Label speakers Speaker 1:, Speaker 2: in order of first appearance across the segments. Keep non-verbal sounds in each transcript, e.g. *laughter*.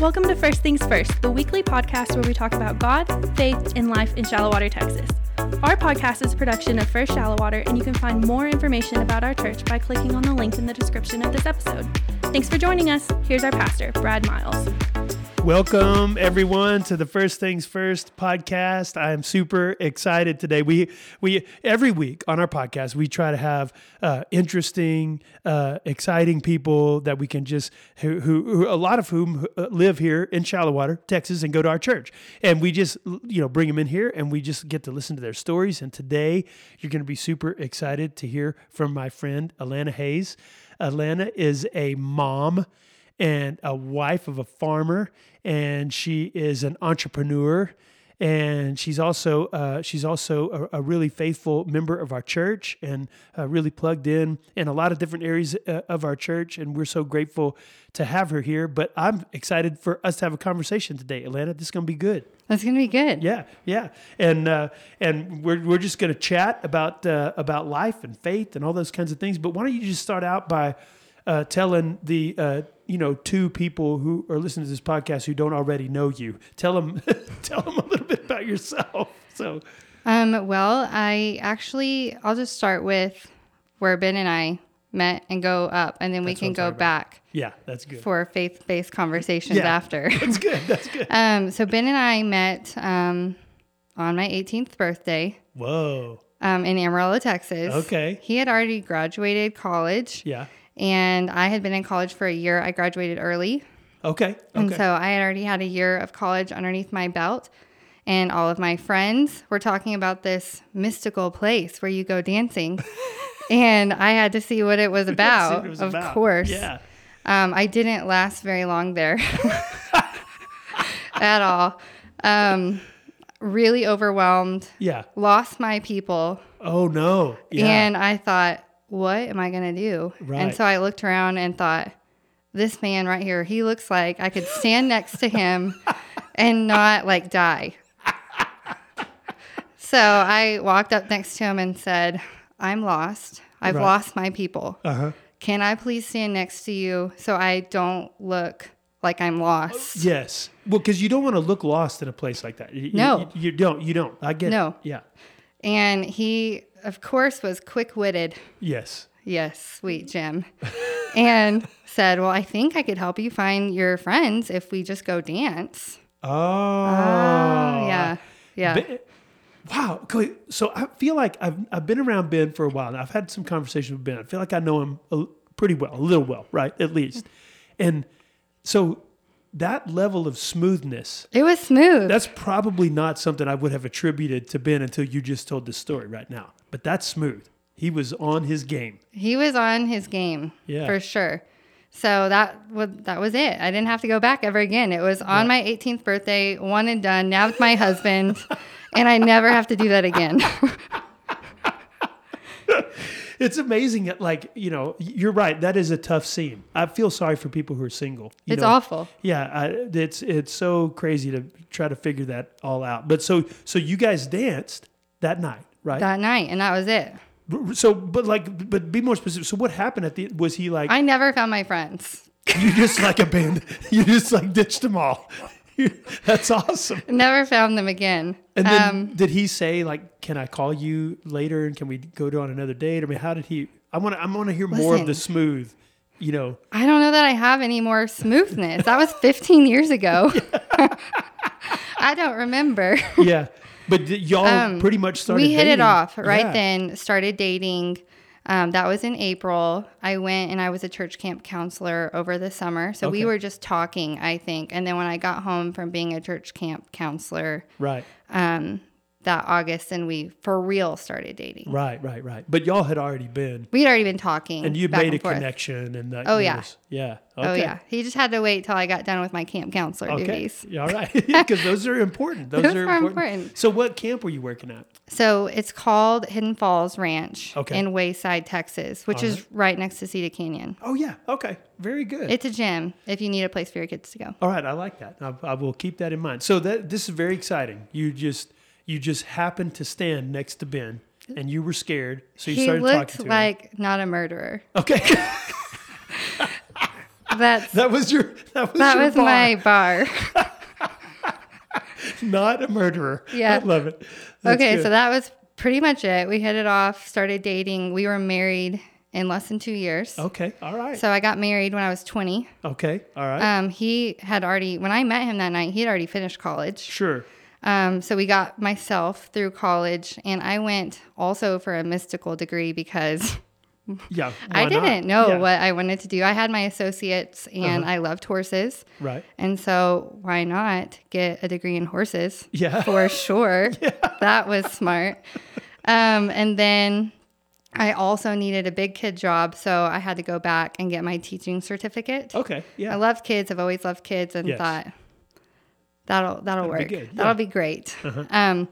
Speaker 1: Welcome to First Things First, the weekly podcast where we talk about God, faith, and life in Shallow Water, Texas. Our podcast is a production of First Shallow Water, and you can find more information about our church by clicking on the link in the description of this episode. Thanks for joining us. Here's our pastor, Brad Miles.
Speaker 2: Welcome everyone to the First Things First podcast. I'm super excited today. We we every week on our podcast we try to have uh, interesting, uh, exciting people that we can just who, who, who a lot of whom uh, live here in Shallow Water, Texas, and go to our church, and we just you know bring them in here and we just get to listen to their stories. And today you're going to be super excited to hear from my friend Alana Hayes. Alana is a mom and a wife of a farmer, and she is an entrepreneur, and she's also uh, she's also a, a, really faithful member of our church and uh, really plugged in in a lot of different areas uh, of our church, and we're so grateful to have her here. But I'm excited for us to have a conversation today, Atlanta. This is gonna be good.
Speaker 3: That's gonna be good.
Speaker 2: Yeah, yeah, and uh, and we're we're just gonna chat about uh, about life and faith and all those kinds of things. But why don't you just start out by uh, telling the uh, you know two people who are listening to this podcast who don't already know you. Tell them *laughs* tell them a little bit about yourself. So,
Speaker 3: um, well, I actually I'll just start with where Ben and I met and go up, and then we
Speaker 2: That's what
Speaker 3: can
Speaker 2: I'm
Speaker 3: go
Speaker 2: talking about.
Speaker 3: back
Speaker 2: yeah, that's good.
Speaker 3: for faith based conversations
Speaker 2: Yeah. *laughs*
Speaker 3: after.
Speaker 2: That's good. That's good.
Speaker 3: um, so Ben and I met um, on my 18th birthday.
Speaker 2: Whoa.
Speaker 3: Um, in Amarillo, Texas.
Speaker 2: Okay.
Speaker 3: He had already graduated college,
Speaker 2: Yeah.
Speaker 3: and I had been in college for a year. I graduated early,
Speaker 2: Okay.
Speaker 3: And
Speaker 2: Okay.
Speaker 3: so I had already had a year of college underneath my belt. And all of my friends were talking about this mystical place where you
Speaker 2: *laughs*
Speaker 3: go dancing. and I had to see what it was
Speaker 2: That's
Speaker 3: about,
Speaker 2: what *laughs* it was
Speaker 3: of
Speaker 2: about.
Speaker 3: course.
Speaker 2: Yeah.
Speaker 3: Um, I didn't last very long there *laughs* at all. Um, really overwhelmed,
Speaker 2: Yeah.
Speaker 3: lost my people.
Speaker 2: Oh no. Yeah.
Speaker 3: And I thought, what am I going to do?
Speaker 2: Right.
Speaker 3: And so I looked around and thought, this man right here, he looks like I could stand next
Speaker 2: *laughs*
Speaker 3: to him and not like die. so I walked up next to him and said, I'm lost. I've
Speaker 2: Right.
Speaker 3: lost my people.
Speaker 2: uh-huh.
Speaker 3: Can I please stand next to you so I don't look like I'm lost?
Speaker 2: Yes. Well, because you don't want to look lost in a place like that. You- you-
Speaker 3: No.
Speaker 2: You, don't. You don't. I get it.
Speaker 3: No.
Speaker 2: Yeah.
Speaker 3: And he, of course, was quick witted.
Speaker 2: Yes.
Speaker 3: Yes, sweet Jim. and said, Well, I think I could help you find your friends if we just go dance.
Speaker 2: Oh.
Speaker 3: Ah, yeah. Yeah.
Speaker 2: Ben- wow. Okay, So I feel like I've, I've been around Ben for a while now. I've had some conversations with Ben. I feel like I know him a, pretty well, a little well, right? At least. And so that level of smoothness,
Speaker 3: it was smooth.
Speaker 2: that's probably not something I would have attributed to Ben until you just told this story right now. But that's smooth. He was on his game.
Speaker 3: he was on his game
Speaker 2: Yeah.
Speaker 3: for sure. So that was that was it. I didn't have to go back ever again. It was on my 18th birthday, one and done. Now with my husband, and I never have to do
Speaker 2: *laughs*
Speaker 3: that again.
Speaker 2: It's amazing that, like, you know, you're right. That is a tough scene. I feel sorry for people who are single. you
Speaker 3: it's
Speaker 2: know.
Speaker 3: awful.
Speaker 2: Yeah, I, it's it's so crazy to try to figure that all out. But so so you guys danced that night, right?
Speaker 3: That night, and that was it.
Speaker 2: so, but like, but be more specific. So what happened at the? Was he like
Speaker 3: I never found my friends.
Speaker 2: *laughs* you just like abandoned? You just like ditched them all. *laughs* That's awesome.
Speaker 3: Never found them again.
Speaker 2: And
Speaker 3: Um,
Speaker 2: then did he say like, "Can I call you later? And can we go to on another date?" I mean, how did he? I want to. I want to hear more of the
Speaker 3: Listen.
Speaker 2: smooth. You know,
Speaker 3: I don't know that I have any more smoothness. That was 15 years
Speaker 2: *laughs*
Speaker 3: ago. *laughs* I don't remember.
Speaker 2: yeah. But did y'all pretty much started.
Speaker 3: Um, we hit it
Speaker 2: dating.
Speaker 3: off right
Speaker 2: Yeah.
Speaker 3: then, started dating. Um, that was in April. I went and I was a church camp counselor over the summer. So
Speaker 2: Okay.
Speaker 3: we were just talking, I think. And then when I got home from being a church camp counselor
Speaker 2: Right.
Speaker 3: um, that August, and we for real started dating.
Speaker 2: Right, right, right. But y'all had already been,
Speaker 3: We'd already been talking.
Speaker 2: and you
Speaker 3: back
Speaker 2: made a
Speaker 3: and forth.
Speaker 2: connection, and that
Speaker 3: Oh,
Speaker 2: there
Speaker 3: yeah.
Speaker 2: was- yeah.
Speaker 3: Oh,
Speaker 2: Okay.
Speaker 3: yeah. He just had to wait till I got done with my camp counselor
Speaker 2: Okay.
Speaker 3: duties.
Speaker 2: Yeah, All
Speaker 3: *laughs*
Speaker 2: right. *laughs* Because those are important. Those,
Speaker 3: Those
Speaker 2: are
Speaker 3: are
Speaker 2: important.
Speaker 3: important.
Speaker 2: So, what camp were you working at?
Speaker 3: So it's called Hidden Falls Ranch
Speaker 2: Okay.
Speaker 3: in Wayside, Texas, which is right next to Cedar Canyon.
Speaker 2: Oh yeah. Okay. Very good.
Speaker 3: It's a gym if you need a place for your kids to go.
Speaker 2: All right. I like that. I, I will keep that in mind. So that this is very exciting. You just you just happened to stand next to Ben, and you were scared, so you
Speaker 3: He
Speaker 2: started
Speaker 3: looked
Speaker 2: *laughs* talking to
Speaker 3: like not a murderer.
Speaker 2: him. Okay.
Speaker 3: That's
Speaker 2: That was your. That was,
Speaker 3: that
Speaker 2: your
Speaker 3: was
Speaker 2: bar. *laughs*
Speaker 3: my bar.
Speaker 2: Not a murderer. *laughs*
Speaker 3: Yeah.
Speaker 2: I love it. That's
Speaker 3: *laughs* okay,
Speaker 2: good.
Speaker 3: so that was pretty much it. We hit it off, started dating. We were married in less than two years.
Speaker 2: okay. All right.
Speaker 3: So I got married when I was 20.
Speaker 2: okay. All right.
Speaker 3: Um, he had already, when I met him that night, he had already finished college.
Speaker 2: sure.
Speaker 3: Um, so we got myself through college, and I went also for a mystical degree because *laughs*
Speaker 2: Yeah.
Speaker 3: I
Speaker 2: why not?
Speaker 3: didn't know
Speaker 2: Yeah, Uh-huh.
Speaker 3: what I wanted to do. I had my associates, and I loved horses.
Speaker 2: Right.
Speaker 3: And so, why not get a degree in horses?
Speaker 2: Yeah.
Speaker 3: for sure. That was smart. Um, and then I also needed a big kid job, so I had to go back and get my teaching certificate.
Speaker 2: *laughs* okay.
Speaker 3: I
Speaker 2: Yeah.
Speaker 3: love kids. I've always loved kids, and
Speaker 2: Yes.
Speaker 3: thought that'll that'll
Speaker 2: That'd
Speaker 3: work.
Speaker 2: be good, yeah. Uh-huh.
Speaker 3: That'll be great. Um,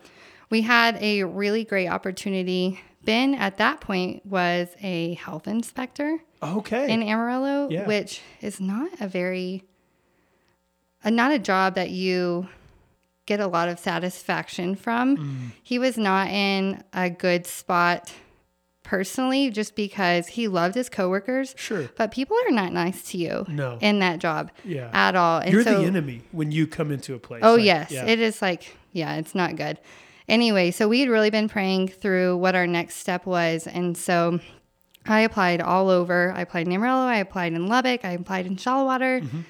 Speaker 3: we had a really great opportunity. Ben at that point was a health inspector
Speaker 2: Okay.
Speaker 3: in Amarillo,
Speaker 2: Yeah.
Speaker 3: which is not a very, uh, not a job that you get a lot of satisfaction from.
Speaker 2: Mm.
Speaker 3: He was not in a good spot personally, just because he loved his coworkers.
Speaker 2: Sure.
Speaker 3: But people are not nice to you
Speaker 2: No.
Speaker 3: in that job
Speaker 2: Yeah.
Speaker 3: at all. And
Speaker 2: You're
Speaker 3: so,
Speaker 2: the enemy when you come into a place.
Speaker 3: Oh,
Speaker 2: like-
Speaker 3: yes.
Speaker 2: Yeah.
Speaker 3: It is like, yeah, it's not good. Anyway, so we had really been praying through what our next step was. And so I applied all over. I applied in Amarillo, I applied in Lubbock, I applied in Shallowwater,
Speaker 2: Mm-hmm.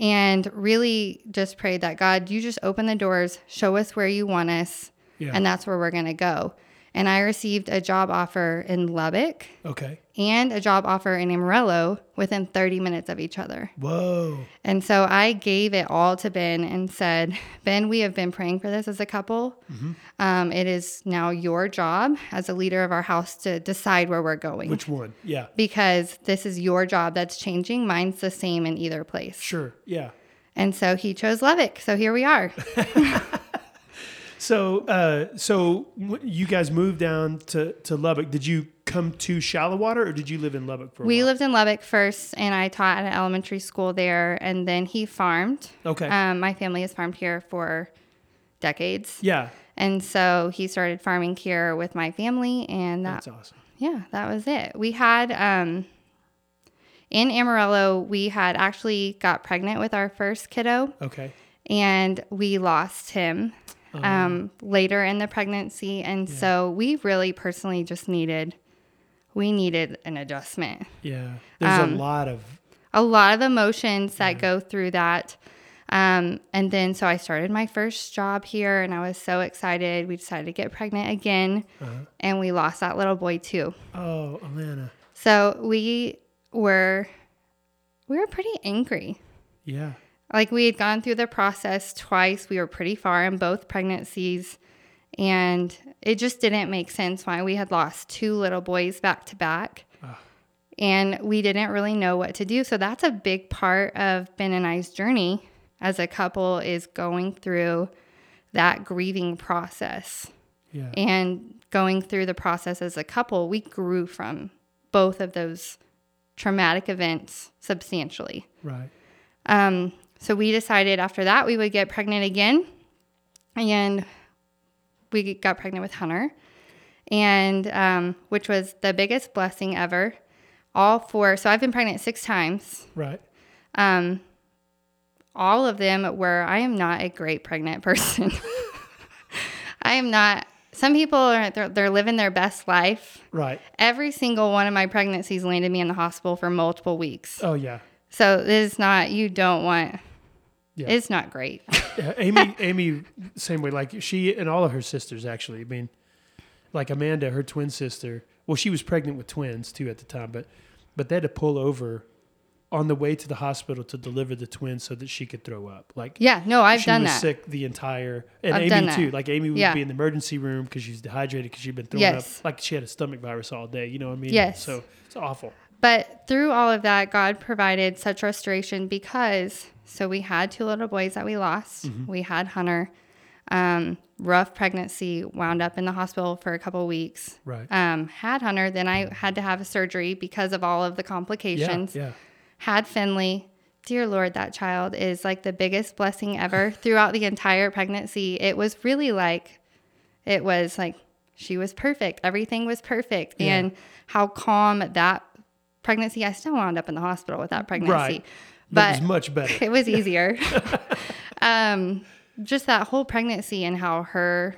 Speaker 3: and really just prayed that God, you just open the doors, show us where you want us,
Speaker 2: Yeah.
Speaker 3: and that's where we're going to go. And I received a job offer in Lubbock
Speaker 2: okay.
Speaker 3: and a job offer in Amarillo within 30 minutes of each other.
Speaker 2: Whoa.
Speaker 3: And so I gave it all to Ben and said, Ben, we have been praying for this as a couple.
Speaker 2: Mm-hmm.
Speaker 3: Um, it is now your job as a leader of our house to decide where we're going
Speaker 2: Which one? Yeah.
Speaker 3: because this is your job that's changing. Mine's the same in either place.
Speaker 2: Sure. Yeah.
Speaker 3: And so he chose Lubbock. So here
Speaker 2: *laughs*
Speaker 3: we are.
Speaker 2: So, uh, so w- you guys moved down to, to Lubbock. Did you come to shallow water or did you live in Lubbock for a
Speaker 3: we
Speaker 2: while?
Speaker 3: lived in Lubbock first, and I taught at an elementary school there. And then he farmed.
Speaker 2: Okay.
Speaker 3: Um, my family has farmed here for decades.
Speaker 2: yeah.
Speaker 3: And so he started farming here with my family, and that
Speaker 2: That's awesome.
Speaker 3: yeah, that was it. We had um in Amarillo, we had actually got pregnant with our first kiddo
Speaker 2: Okay.
Speaker 3: and we lost him um, later in the pregnancy and so we really personally just needed we needed an adjustment.
Speaker 2: Yeah. There's
Speaker 3: Um,
Speaker 2: a lot of,
Speaker 3: A lot of emotions that go through that. Um, and then so I started my first job here and I was so excited. We decided to get pregnant again and we lost that little boy too.
Speaker 2: oh, Alana.
Speaker 3: So we were we were pretty angry.
Speaker 2: Yeah.
Speaker 3: Like we had gone through the process twice. We were pretty far in both pregnancies and it just didn't make sense why we had lost two little boys back to back. And we didn't really know what to do. So that's a big part of Ben and I's journey as a couple is going through that grieving process
Speaker 2: Yeah.
Speaker 3: and going through the process as a couple, we grew from both of those traumatic events substantially.
Speaker 2: Right.
Speaker 3: Um, so we decided after that we would get pregnant again, and we got pregnant with Hunter, and um, which was the biggest blessing ever. All four. So I've been pregnant six times.
Speaker 2: Right.
Speaker 3: Um, all of them were, I am not a great pregnant *laughs* person. I am not, some people are, they're, they're living their best life.
Speaker 2: Right.
Speaker 3: Every single one of my pregnancies landed me in the hospital for multiple weeks.
Speaker 2: Oh, yeah.
Speaker 3: So this is not, you don't want,
Speaker 2: Yeah.
Speaker 3: it's not great.
Speaker 2: Yeah,
Speaker 3: *laughs*
Speaker 2: Amy, Amy, same way. Like she and all of her sisters, actually. I mean, like Amanda, her twin sister. Well, she was pregnant with twins too at the time, but but they had to pull over on the way to the hospital to deliver the twins so that she could throw up. Like
Speaker 3: yeah, no, I've
Speaker 2: she
Speaker 3: done
Speaker 2: was
Speaker 3: that.
Speaker 2: sick the entire, and
Speaker 3: I've
Speaker 2: Amy
Speaker 3: done that.
Speaker 2: too. Like Amy would
Speaker 3: Yeah.
Speaker 2: be in the emergency room because she was dehydrated because she'd been throwing
Speaker 3: Yes.
Speaker 2: up. Like she had a stomach virus all day. You know what I mean?
Speaker 3: Yes.
Speaker 2: So it's awful.
Speaker 3: But through all of that, God provided such restoration because so we had two little boys that we lost.
Speaker 2: Mm-hmm.
Speaker 3: We had Hunter, um, rough pregnancy, wound up in the hospital for a couple weeks.
Speaker 2: Right.
Speaker 3: Um, had Hunter, then I had to have a surgery because of all of the
Speaker 2: yeah.
Speaker 3: complications.
Speaker 2: Yeah.
Speaker 3: Had Finley. Dear Lord, that child is like the biggest blessing ever. Throughout the entire pregnancy, it was really like, it was like she was perfect. Everything was perfect.
Speaker 2: Yeah.
Speaker 3: And how calm that pregnancy, I still wound up in the hospital with that pregnancy.
Speaker 2: That
Speaker 3: But-
Speaker 2: was much *laughs* better.
Speaker 3: it was easier. um, just that whole pregnancy and how her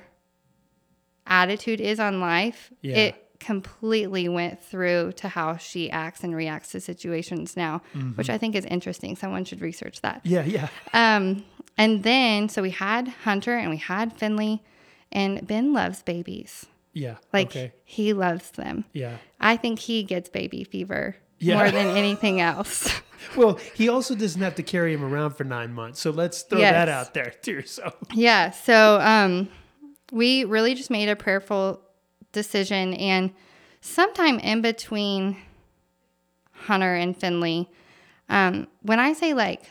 Speaker 3: attitude is on life,
Speaker 2: Yeah.
Speaker 3: it completely went through to how she acts and reacts to situations now,
Speaker 2: Mm-hmm.
Speaker 3: which I think is interesting. Someone should research that.
Speaker 2: Yeah, yeah.
Speaker 3: Um, and then, so we had Hunter and we had Finley, and Ben loves babies.
Speaker 2: Yeah.
Speaker 3: Like,
Speaker 2: okay.
Speaker 3: he loves them.
Speaker 2: Yeah.
Speaker 3: I think he gets baby fever
Speaker 2: Yeah.
Speaker 3: more than
Speaker 2: *laughs*
Speaker 3: anything else.
Speaker 2: Well, he also doesn't have to carry him around for nine months. So let's throw
Speaker 3: Yes.
Speaker 2: that out there too. So
Speaker 3: Yeah. So um, we really just made a prayerful decision. And sometime in between Hunter and Finley, um, when I say like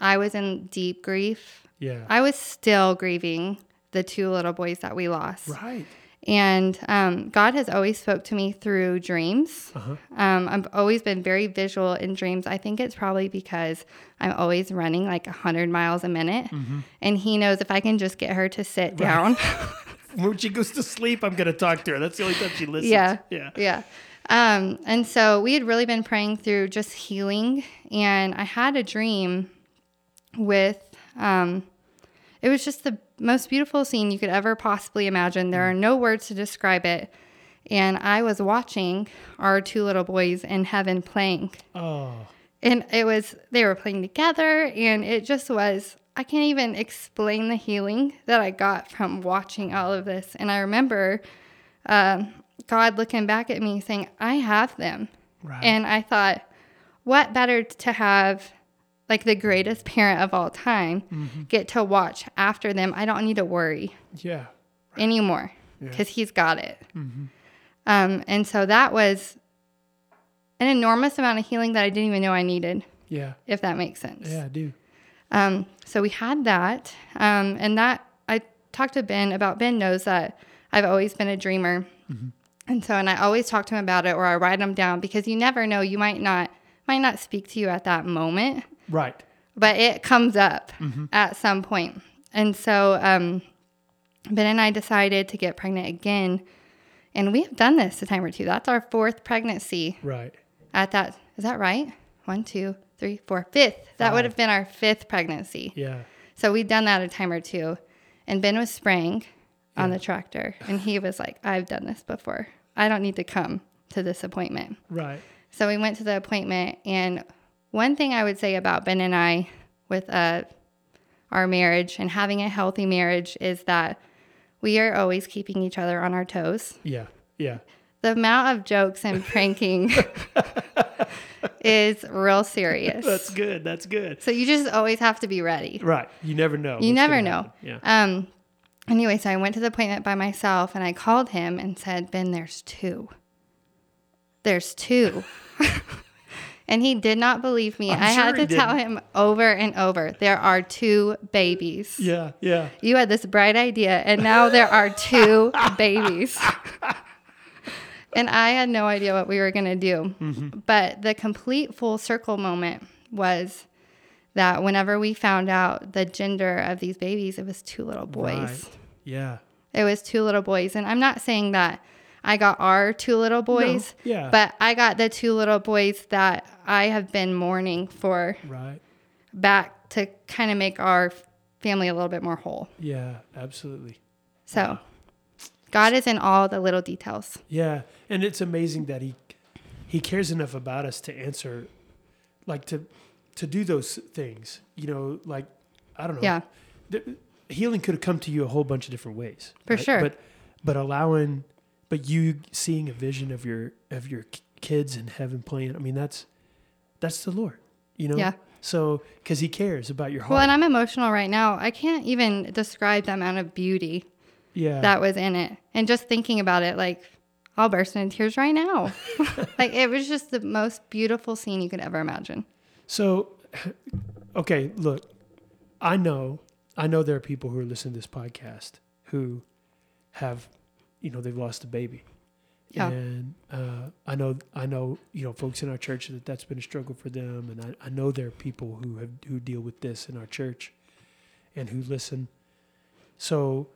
Speaker 3: I was in deep grief,
Speaker 2: yeah.
Speaker 3: I was still grieving the two little boys that we
Speaker 2: *laughs*
Speaker 3: lost.
Speaker 2: right.
Speaker 3: And um, God has always spoke to me through dreams. Um, I've always been very visual in dreams. I think it's probably because I'm always running like 100 miles a minute. And he knows if I can just get her to sit down.
Speaker 2: When she goes to sleep, I'm gonna talk to her. That's the only time she listens.
Speaker 3: yeah.
Speaker 2: Yeah.
Speaker 3: Yeah. Um, and so we had really been praying through just healing. And I had a dream with, um, it was just the most beautiful scene you could ever possibly imagine. There are no words to describe it. And I was watching our two little boys in heaven playing.
Speaker 2: Oh.
Speaker 3: And it was, they were playing together. And it just was, I can't even explain the healing that I got from watching all of this. And I remember um, God looking back at me saying, I have them.
Speaker 2: Right.
Speaker 3: And I thought, what better to have like the greatest parent of all time get to watch after them? I don't need to worry
Speaker 2: yeah.
Speaker 3: anymore because he's got it. Um, and so that was an enormous amount of healing that I didn't even know I needed,
Speaker 2: Yeah.
Speaker 3: if that makes sense.
Speaker 2: Yeah, I do.
Speaker 3: Um, so we had that. Um, and that I talked to Ben about Ben knows that I've always been a dreamer. And so, and I always talk to him about it or I write them down because you never know, you might not, might not speak to you at that moment,
Speaker 2: Right.
Speaker 3: but it comes up at some point. And so, um, Ben and I decided to get pregnant again. And we have done this a time or two. That's our fourth pregnancy
Speaker 2: Right.
Speaker 3: at that. Is that right? One, two, three, four, fifth. That would have been our fifth pregnancy.
Speaker 2: Yeah.
Speaker 3: So we'd done that a time or two. And Ben was spraying on the tractor. And he was like, I've done this before. I don't need to come to this appointment.
Speaker 2: Right.
Speaker 3: So we went to the appointment. And one thing I would say about Ben and I with uh, our marriage and having a healthy marriage is that we are always keeping each other on our toes.
Speaker 2: Yeah. Yeah.
Speaker 3: The amount of jokes and
Speaker 2: *laughs*
Speaker 3: pranking is real serious.
Speaker 2: That's good. That's good.
Speaker 3: so you just always have to be ready.
Speaker 2: Right. You never know.
Speaker 3: You
Speaker 2: what's
Speaker 3: never
Speaker 2: gonna
Speaker 3: know.
Speaker 2: happen. Yeah.
Speaker 3: Um, anyway, so I went to the appointment by myself and I called him and said, Ben, there's two. There's two. *laughs* and he did not believe me. i
Speaker 2: I'm
Speaker 3: had to
Speaker 2: sure he
Speaker 3: tell him over and over there are two babies.
Speaker 2: Yeah. Yeah.
Speaker 3: You had this bright idea, and now there
Speaker 2: *laughs*
Speaker 3: are two babies. and I had no idea what we were going to do.
Speaker 2: Mm-hmm.
Speaker 3: But the complete full circle moment was that whenever we found out the gender of these babies, it was two little boys.
Speaker 2: Right. Yeah.
Speaker 3: It was two little boys. And I'm not saying that I got our two little boys,
Speaker 2: yeah.
Speaker 3: but I got the two little boys that I have been mourning for
Speaker 2: Right.
Speaker 3: back to kind of make our family a little bit more whole.
Speaker 2: Yeah. Absolutely.
Speaker 3: So God is in all the little details.
Speaker 2: Yeah, and it's amazing that he he cares enough about us to answer, like to to do those things. You know, like I don't know.
Speaker 3: Yeah.
Speaker 2: The- healing could have come to you a whole bunch of different ways.
Speaker 3: For sure.
Speaker 2: But but allowing, but you seeing a vision of your of your k- kids in heaven playing. I mean, that's that's the Lord. You know.
Speaker 3: Yeah.
Speaker 2: So because he cares about your heart.
Speaker 3: Well, and I'm emotional right now. I can't even describe the amount of beauty
Speaker 2: yeah.
Speaker 3: that was in it. And just thinking about it, like, I'll burst into tears right now. *laughs* like, it was just the most beautiful scene you could ever imagine.
Speaker 2: So, *sighs* okay, look, I know, I know there are people who are listening to this podcast who have, you know, they've lost a baby,
Speaker 3: Yeah.
Speaker 2: and uh, I know, I know, you know, folks in our church that that's been a struggle for them, and I, I know there are people who have who deal with this in our church, and who listen. So,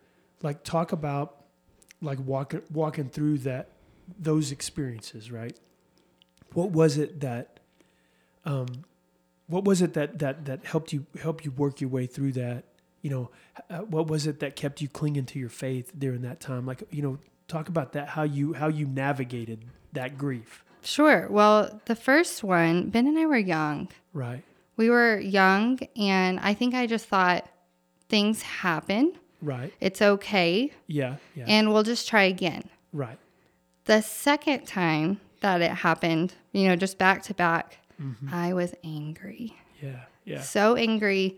Speaker 2: like, talk about like walking walking through that those experiences, right? What was it that um, what was it that that that helped you help you work your way through that? You know, uh, what was it that kept you clinging to your faith during that time? Like, you know, talk about that how you how you navigated that grief,
Speaker 3: Sure. Well, the first one, Ben and I were young.
Speaker 2: right?
Speaker 3: We were young, and I think I just thought things happen.
Speaker 2: Right.
Speaker 3: It's okay,
Speaker 2: Yeah. Yeah.
Speaker 3: and we'll just try again.
Speaker 2: right.
Speaker 3: The second time that it happened, you know, just back to back, I was angry.
Speaker 2: Yeah. Mm-hmm. Yeah.
Speaker 3: So angry.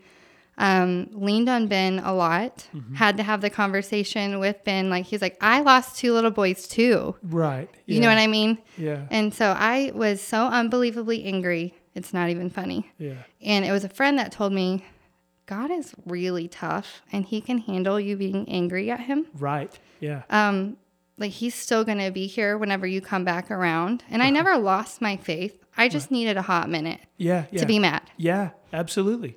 Speaker 3: Um, leaned on Ben a lot.
Speaker 2: Mm-hmm.
Speaker 3: Had to have the conversation with Ben. Like, he's like, I lost two little boys too.
Speaker 2: Right.
Speaker 3: You know what I mean?
Speaker 2: Yeah.
Speaker 3: And so I was so unbelievably angry. It's not even funny.
Speaker 2: Yeah.
Speaker 3: And it was a friend that told me, God is really tough and he can handle you being angry at him.
Speaker 2: Right. Yeah.
Speaker 3: Um, like he's still going to be here whenever you come back around. And I
Speaker 2: Uh-huh.
Speaker 3: never lost my faith. I just needed a hot minute
Speaker 2: Yeah. Yeah.
Speaker 3: to be mad.
Speaker 2: yeah. Absolutely.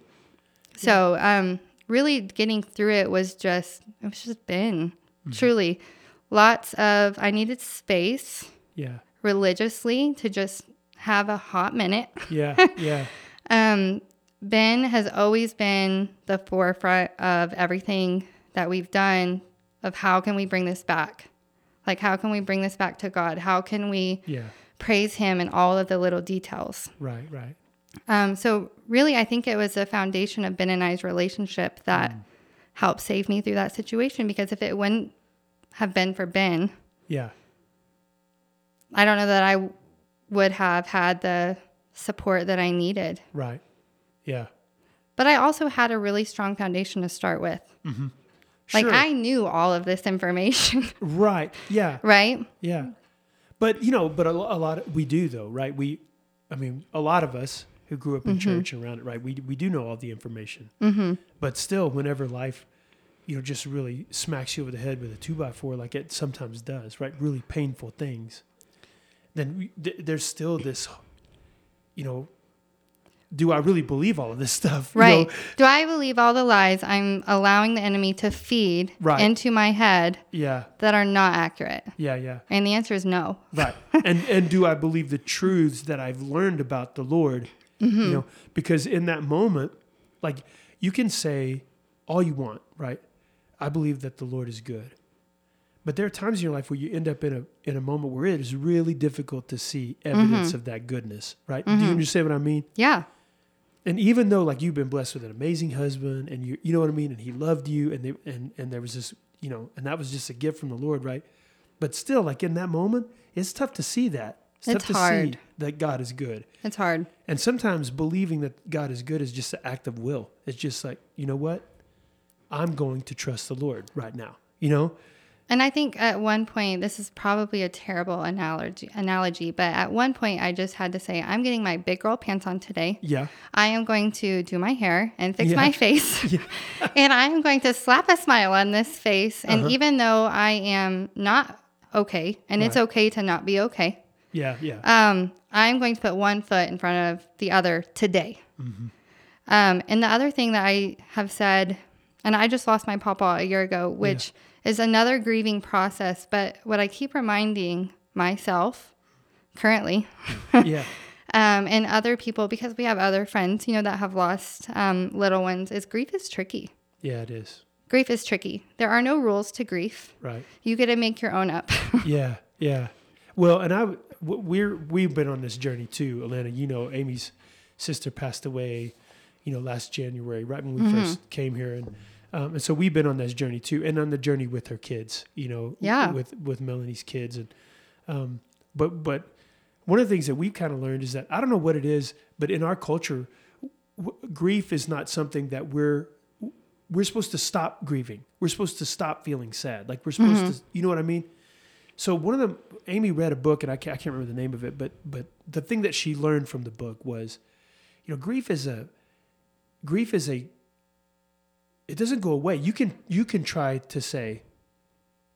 Speaker 3: So, um, really getting through it was just, it was just been
Speaker 2: Mm-hmm.
Speaker 3: truly lots of, I needed space
Speaker 2: Yeah.
Speaker 3: religiously to just have a hot minute. *laughs*
Speaker 2: Yeah. Yeah.
Speaker 3: Um, ben has always been the forefront of everything that we've done of how can we bring this back? Like how can we bring this back to God? How can we
Speaker 2: Yeah.
Speaker 3: praise him in all of the little details?
Speaker 2: Right. Right.
Speaker 3: Um, so really I think it was the foundation of Ben and I's relationship that
Speaker 2: Mm.
Speaker 3: helped save me through that situation because if it wouldn't have been for Ben,
Speaker 2: Yeah.
Speaker 3: I don't know that I would have had the support that I needed.
Speaker 2: Right. Yeah.
Speaker 3: But I also had a really strong foundation to start with. Like
Speaker 2: Sure.
Speaker 3: I knew all of this information, *laughs*
Speaker 2: Right. Yeah.
Speaker 3: right?
Speaker 2: Yeah. But you know, but a, lo- a lot we do though, right? We, I mean, a lot of us who grew up in church around it, right? We we do know all the information. Mm-hmm. But still, whenever life, you know, just really smacks you over the head with a two by four, like it sometimes does, right? Really painful things. Then we, th- there's still this, you know. Do I really believe all of this stuff? *laughs* You know,
Speaker 3: Right. Do I believe all the lies I'm allowing the enemy to feed
Speaker 2: Right.
Speaker 3: into my head
Speaker 2: yeah.
Speaker 3: that are not accurate?
Speaker 2: Yeah. Yeah.
Speaker 3: And the answer is no.
Speaker 2: right and and do i believe the truths that i've learned about the lord you know because in that moment like you can say all you want right i believe that the lord is good but there are times in your life where you end up in a in a moment where it is really difficult to see evidence of that goodness right do you understand what i mean
Speaker 3: Yeah.
Speaker 2: and even though like you've been blessed with an amazing husband and you you know what I mean and he loved you and they, and and there was this you know and that was just a gift from the Lord right but still like in that moment it's tough to see that it's,
Speaker 3: It's
Speaker 2: tough to
Speaker 3: hard.
Speaker 2: see that God is good
Speaker 3: It's hard.
Speaker 2: and sometimes believing that God is good is just an act of will it's just like you know what I'm going to trust the Lord right now you know
Speaker 3: And I think at one point, this is probably a terrible analogy, analogy, but at one point, I just had to say, I'm getting my big girl pants on today.
Speaker 2: yeah
Speaker 3: I am going to do my hair and fix
Speaker 2: Yeah. *laughs*
Speaker 3: my face. and I am going to slap a smile on this face. And
Speaker 2: Uh-huh.
Speaker 3: even though I am not okay, and it's
Speaker 2: Right.
Speaker 3: okay to not be okay,
Speaker 2: yeah yeah
Speaker 3: *laughs* um, I'm going to put one foot in front of the other today. Um, and the other thing that I have said, and I just lost my papa a year ago, which is another grieving process. But what I keep reminding myself currently
Speaker 2: yeah
Speaker 3: um, and other people because we have other friends you know that have lost um, little ones is grief is tricky
Speaker 2: yeah it is
Speaker 3: grief is tricky there are no rules to grief
Speaker 2: right
Speaker 3: you get to make your own up *laughs*
Speaker 2: yeah, yeah. Well, and I w- we're we've been on this journey too, Atlanta. You know, Amy's sister passed away, you know, last January, right when we first came here, and um, and so we've been on this journey too, and on the journey with her kids, you know,
Speaker 3: Yeah.
Speaker 2: with with Melanie's kids, and um, but but one of the things that we kind of learned is that I don't know what it is, but in our culture, w- grief is not something that we're we're supposed to stop grieving. We're supposed to stop feeling sad. Like we're supposed to, you know what I mean? So one of the Amy read a book, and I can't, I can't remember the name of it, but but the thing that she learned from the book was, you know, grief is a grief is a it doesn't go away. You can you can try to say,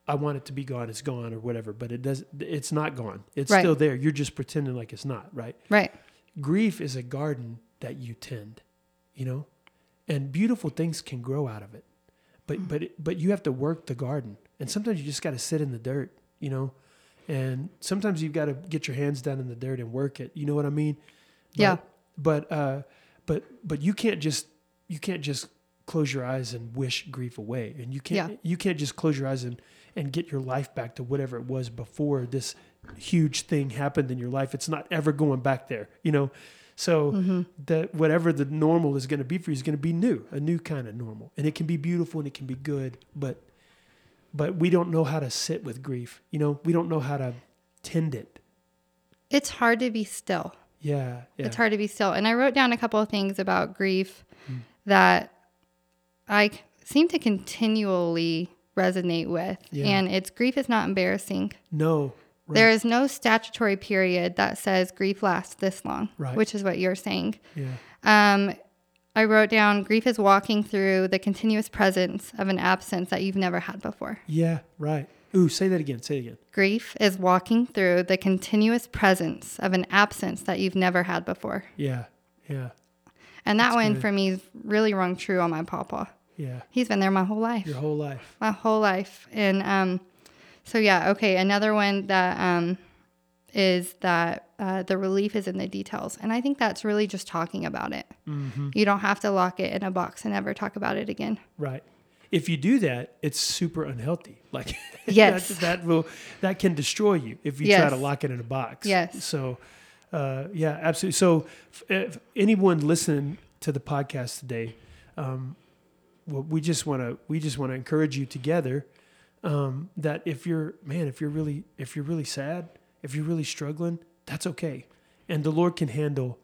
Speaker 2: I want it to be gone. It's gone or whatever, but it does. It's not gone. It's
Speaker 3: Right.
Speaker 2: still there. You're just pretending like it's not right
Speaker 3: right
Speaker 2: grief is a garden that you tend you know and beautiful things can grow out of it but but it, but you have to work the garden and sometimes you just got to sit in the dirt you know and sometimes you've got to get your hands down in the dirt and work it you know what i mean
Speaker 3: Yeah.
Speaker 2: but uh but but you can't just you can't just close your eyes and wish grief away and you can't
Speaker 3: Yeah.
Speaker 2: you can't just close your eyes and and get your life back to whatever it was before this huge thing happened in your life it's not ever going back there you know so
Speaker 3: Mm-hmm.
Speaker 2: that whatever the normal is going to be for you is going to be new a new kind of normal and it can be beautiful and it can be good but but we don't know how to sit with grief you know we don't know how to tend it
Speaker 3: It's hard to be still.
Speaker 2: yeah yeah Hmm.
Speaker 3: It's hard to be still. And I wrote down a couple of things about grief that I c- seem to continually resonate with.
Speaker 2: Yeah.
Speaker 3: And it's grief is not embarrassing.
Speaker 2: no right.
Speaker 3: There is no statutory period that says grief lasts this long,
Speaker 2: Right.
Speaker 3: which is what you're saying.
Speaker 2: yeah
Speaker 3: Um, I wrote down grief is walking through the continuous presence of an absence that you've never had before.
Speaker 2: Yeah, right. Ooh, say that again. Say it again.
Speaker 3: Grief is walking through the continuous presence of an absence that you've never had before.
Speaker 2: Yeah, yeah,
Speaker 3: And that one
Speaker 2: good.
Speaker 3: for me is really rung true on my papa.
Speaker 2: yeah.
Speaker 3: He's been there my whole life.
Speaker 2: Your whole life.
Speaker 3: my whole life. And um, so yeah, okay. Another one that um, is that uh, the relief is in the details, and I think that's really just talking about it.
Speaker 2: Mm-hmm.
Speaker 3: You don't have to lock it in a box and never talk about it again.
Speaker 2: Right. If you do that, it's super unhealthy. *laughs* Like
Speaker 3: Yes.
Speaker 2: that, that will that can destroy you if you try
Speaker 3: Yes.
Speaker 2: to lock it in a box.
Speaker 3: Yes.
Speaker 2: So, uh, yeah, absolutely. So, f- if anyone listening to the podcast today, um, well, we just want to we just want to encourage you together um, that if you're man, if you're really if you're really sad, if you're really struggling, that's okay, and the Lord can handle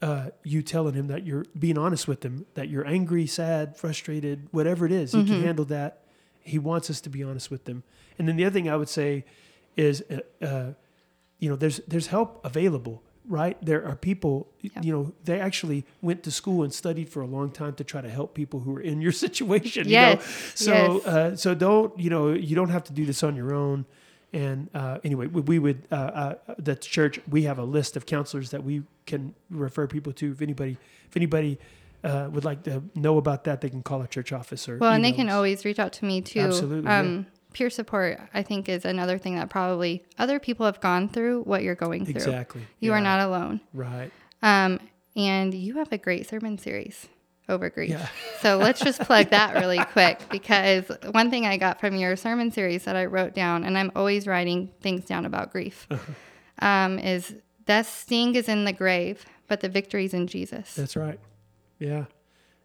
Speaker 2: uh, you telling him that you're being honest with him, that you're angry, sad, frustrated, whatever it is,
Speaker 3: Mm-hmm.
Speaker 2: he can handle that. He wants us to be honest with them. And then the other thing I would say is, uh, uh, you know, there's there's help available, right? There are people, you know, they actually went to school and studied for a long time to try to help people who are in your *laughs* situation. You
Speaker 3: Yes,
Speaker 2: know? So
Speaker 3: yes.
Speaker 2: uh, so don't you know you don't have to do this on your own and uh, anyway we, we would uh, uh, the church we have a list of counselors that we can refer people to if anybody if anybody uh, would like to know about that they can call our church office or
Speaker 3: Well, and they can
Speaker 2: email us.
Speaker 3: always reach out to me too. Um,
Speaker 2: Absolutely, yeah.
Speaker 3: Peer support, I think, is another thing that probably other people have gone through what you're going through.
Speaker 2: exactly
Speaker 3: You are
Speaker 2: Yeah.
Speaker 3: not alone.
Speaker 2: right
Speaker 3: Um, and you have a great sermon series over grief. *laughs*
Speaker 2: Yeah.
Speaker 3: So let's just plug that really quick because one thing I got from your sermon series that I wrote down, and I'm always writing things down about
Speaker 2: *laughs*
Speaker 3: grief, um, is death's sting is in the grave, but the victory is in Jesus.
Speaker 2: That's right. Yeah.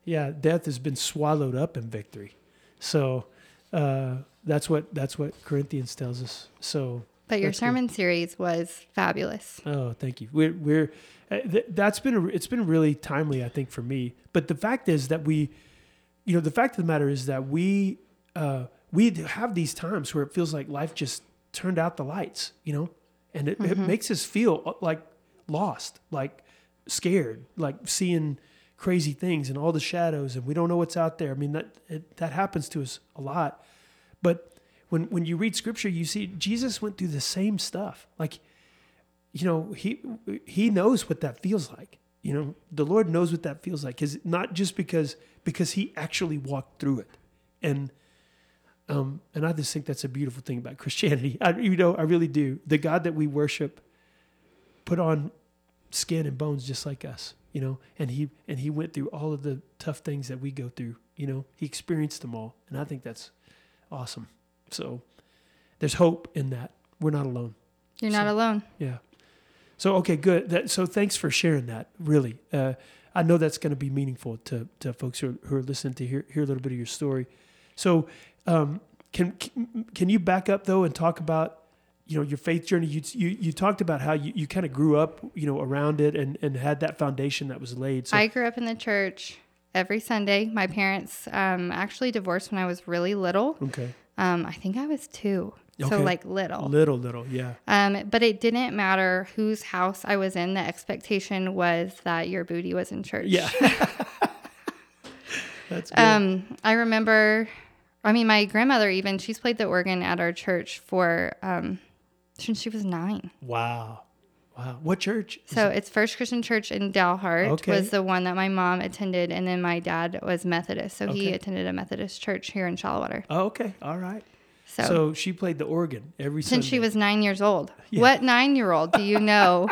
Speaker 2: Yeah. Death has been swallowed up in victory. So uh, that's what that's what Corinthians tells us. So
Speaker 3: but your
Speaker 2: that's good.
Speaker 3: sermon series was fabulous.
Speaker 2: Oh, thank you. We're we're uh, th- that's been a, it's been really timely, I think, for me. But the fact is that we, you know, the fact of the matter is that we uh, we do have these times where it feels like life just turned out the lights, you know, and it, it makes us feel uh, like lost, like scared, like seeing crazy things and all the shadows, and we don't know what's out there. I mean that it, that happens to us a lot, but. When, when you read scripture, you see Jesus went through the same stuff. Like you know he he knows what that feels like you know the lord knows what that feels like is not just because because he actually walked through it and um and i just think that's a beautiful thing about christianity *laughs* i you know i really do the god that we worship put on skin and bones just like us you know and he and he went through all of the tough things that we go through you know he experienced them all and i think that's awesome so there's hope in that we're not alone
Speaker 3: You're not alone.
Speaker 2: yeah. So okay, good. That, so thanks for sharing that. Really, uh, I know that's going to be meaningful to to folks who are, who are listening to hear hear a little bit of your story. So um, can can you back up though and talk about you know your faith journey? You you, you talked about how you, you kind of grew up you know around it and and had that foundation that was laid. So
Speaker 3: I grew up in the church every Sunday. My parents um, actually divorced when I was really little.
Speaker 2: okay,
Speaker 3: Um, I think I was two.
Speaker 2: Okay.
Speaker 3: So, like, little.
Speaker 2: little little, yeah,
Speaker 3: Um, but it didn't matter whose house I was in. The expectation was that your booty was in church. *laughs*
Speaker 2: yeah. *laughs* that's good.
Speaker 3: Um, I remember, I mean, my grandmother even, she's played the organ at our church for, um, since she was nine.
Speaker 2: wow, wow. What church? is
Speaker 3: So
Speaker 2: it?
Speaker 3: it's First Christian Church in Dalhart
Speaker 2: Okay.
Speaker 3: was the one that my mom attended. And then my dad was Methodist. So
Speaker 2: Okay.
Speaker 3: he attended a Methodist church here in Shallowwater.
Speaker 2: oh, okay, all right.
Speaker 3: So,
Speaker 2: So she played the organ every
Speaker 3: since she
Speaker 2: Sunday.
Speaker 3: was nine
Speaker 2: *laughs*
Speaker 3: years old, what nine year old do you know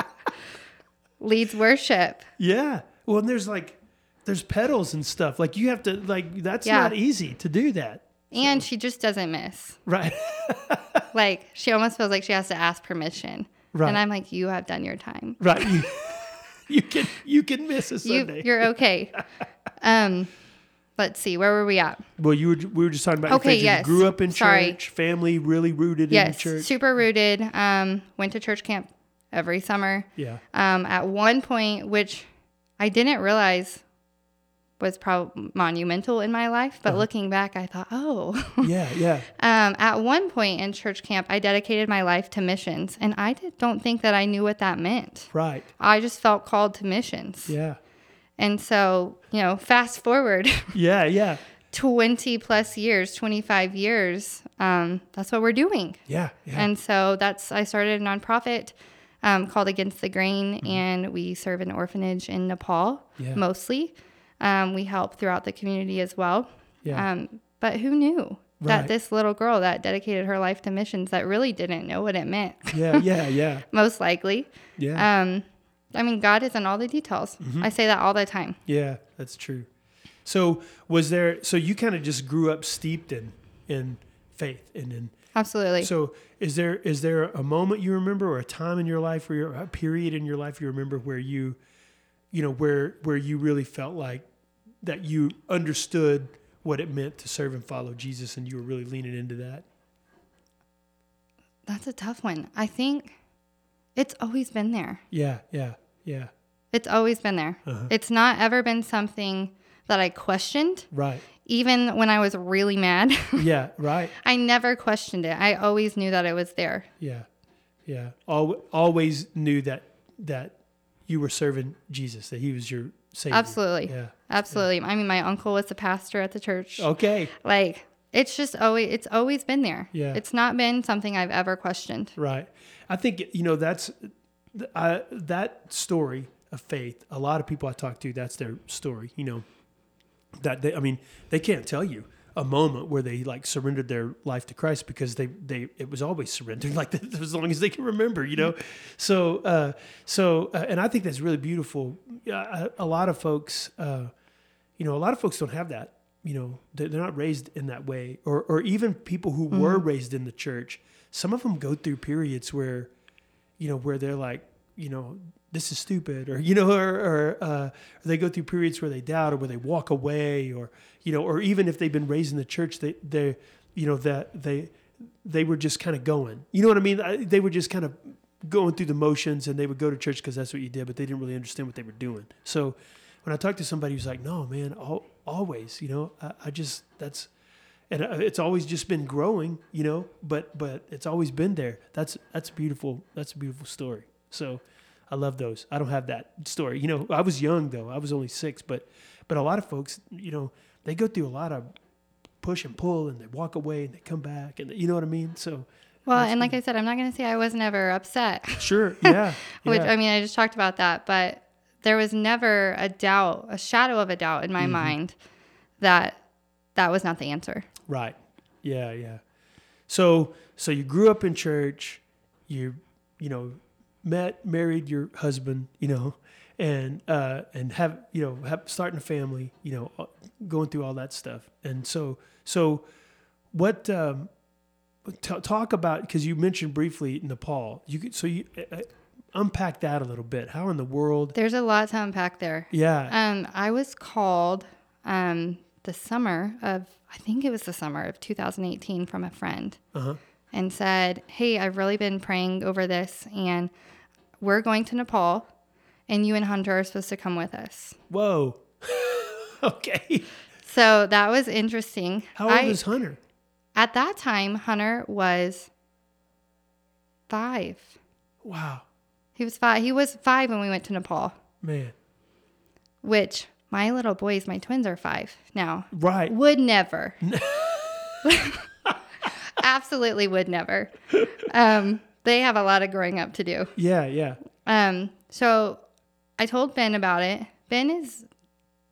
Speaker 3: leads worship?
Speaker 2: Yeah. Well, and there's like there's pedals and stuff. Like you have to like that's
Speaker 3: Yeah.
Speaker 2: not easy to do that.
Speaker 3: And she just doesn't miss.
Speaker 2: Right. *laughs*
Speaker 3: Like she almost feels like she has to ask permission.
Speaker 2: Right.
Speaker 3: And I'm like, you have done your time.
Speaker 2: right. You, you can you can miss a
Speaker 3: You,
Speaker 2: Sunday.
Speaker 3: you're okay.
Speaker 2: *laughs*
Speaker 3: um, let's see, where were we at?
Speaker 2: well, you were we were just talking about your
Speaker 3: Okay,
Speaker 2: faith.
Speaker 3: yes.
Speaker 2: You grew up in
Speaker 3: Sorry.
Speaker 2: church, family really rooted in
Speaker 3: Yes,
Speaker 2: church.
Speaker 3: super rooted. Um, went to church camp every summer.
Speaker 2: yeah.
Speaker 3: Um, at one point, which I didn't realize was probably monumental in my life,
Speaker 2: Uh-huh.
Speaker 3: but looking back, I thought, oh. *laughs*
Speaker 2: Yeah, yeah.
Speaker 3: Um, at one point in church camp, I dedicated my life to missions, and I did, don't think that I knew what that meant.
Speaker 2: Right.
Speaker 3: I just felt called to missions.
Speaker 2: Yeah.
Speaker 3: And so, you know, fast forward *laughs*
Speaker 2: Yeah, yeah.
Speaker 3: 20 plus years, 25 years, um, that's what we're doing.
Speaker 2: Yeah. Yeah.
Speaker 3: And so that's, I started a nonprofit um, called Against the Grain, and we serve an orphanage in Nepal
Speaker 2: Mm-hmm. Yeah.
Speaker 3: mostly. Um, we help throughout the community as well.
Speaker 2: Yeah.
Speaker 3: Um, but who knew
Speaker 2: Right.
Speaker 3: that this little girl that dedicated her life to missions that really didn't know what it meant, *laughs*
Speaker 2: yeah, yeah, yeah.
Speaker 3: most likely.
Speaker 2: Yeah.
Speaker 3: Um, I mean, God is in all the details.
Speaker 2: Mm-hmm.
Speaker 3: I say that all the time.
Speaker 2: yeah, that's true. So, was there so you kind of just grew up steeped in in faith and in
Speaker 3: Absolutely.
Speaker 2: So is there is there a moment you remember or a time in your life or your- a period in your life you remember where you you know where where you really felt like that you understood what it meant to serve and follow Jesus and you were really leaning into that?
Speaker 3: That's a tough one. I think it's always been there.
Speaker 2: Yeah, yeah, yeah.
Speaker 3: It's always been there.
Speaker 2: Uh-huh.
Speaker 3: It's not ever been something that I questioned,
Speaker 2: Right.
Speaker 3: even when I was really mad. *laughs*
Speaker 2: Yeah, right.
Speaker 3: I never questioned it. I always knew that it was there.
Speaker 2: Yeah. Yeah. Al- always knew that that you were serving Jesus, that he was your savior.
Speaker 3: Absolutely.
Speaker 2: Yeah. Oh.
Speaker 3: Absolutely. I mean, my uncle was the pastor at the church.
Speaker 2: Okay.
Speaker 3: Like it's just always it's always been there.
Speaker 2: Yeah.
Speaker 3: It's not been something I've ever questioned.
Speaker 2: Right. I think you know that's th- I, that story of faith. A lot of people I talk to, that's their story. You know, that they, I mean, they can't tell you a moment where they like surrendered their life to Christ because they they it was always surrendered *laughs* like that as long as they can remember. You know, so uh, so uh, and I think that's really beautiful. Uh, a, a lot of folks. Uh, you know, a lot of folks don't have that. You know, they- they're not raised in that way, or or even people who were raised in the church. Some of them go through periods where, you know, where they're like, you know, this is stupid, or you know, or or, uh, or they go through periods where they doubt, or where they walk away, or you know, or even if they've been raised in the church, they they, you know, that they they were just kind of going. You know what I mean? I, they were just kind of going through the motions and they would go to church because that's what you did, but they didn't really understand what they were doing. So when I talked to somebody who's like, no, man, al- always, you know, I, I just, that's, and uh, it's always just been growing, you know, but, but it's always been there. That's, that's beautiful. That's a beautiful story. So I love those. I don't have that story. You know, I was young though. I was only six, but, but a lot of folks, you know, they go through a lot of push and pull and they walk away and they come back and you know what I mean? So
Speaker 3: Well, and like I said, I'm not going to say I was never upset, *laughs*
Speaker 2: sure. Yeah.
Speaker 3: which
Speaker 2: yeah.
Speaker 3: I mean, I just talked about that, but there was never a doubt, a shadow of a doubt in my
Speaker 2: Mm-hmm.
Speaker 3: mind that that was not the answer.
Speaker 2: Right. Yeah, yeah. So so you grew up in church, you you know, met, married your husband, you know, and uh and have you know, have starting a family, you know, uh, going through all that stuff. And so so what um t- talk about cuz you mentioned briefly Nepal. You could so you uh, uh, unpack that a little bit. How in the world?
Speaker 3: There's a lot to unpack there.
Speaker 2: Yeah.
Speaker 3: Um, I was called um, the summer of, I think it was the summer of 2018 from a friend
Speaker 2: Uh-huh.
Speaker 3: and said, Hey, I've really been praying over this, and we're going to Nepal, and you and Hunter are supposed to come with us.
Speaker 2: Whoa. *laughs* okay.
Speaker 3: So that was interesting.
Speaker 2: How old
Speaker 3: I-
Speaker 2: is Hunter?
Speaker 3: At that time, Hunter was five.
Speaker 2: Wow.
Speaker 3: He was five. He was five when we went to Nepal,
Speaker 2: Man.
Speaker 3: which my little boys, my twins are five now.
Speaker 2: Right. *laughs*
Speaker 3: Would never. Absolutely would never. Um, they have a lot of growing up to do.
Speaker 2: Yeah, yeah.
Speaker 3: Um, so I told Ben about it. Ben is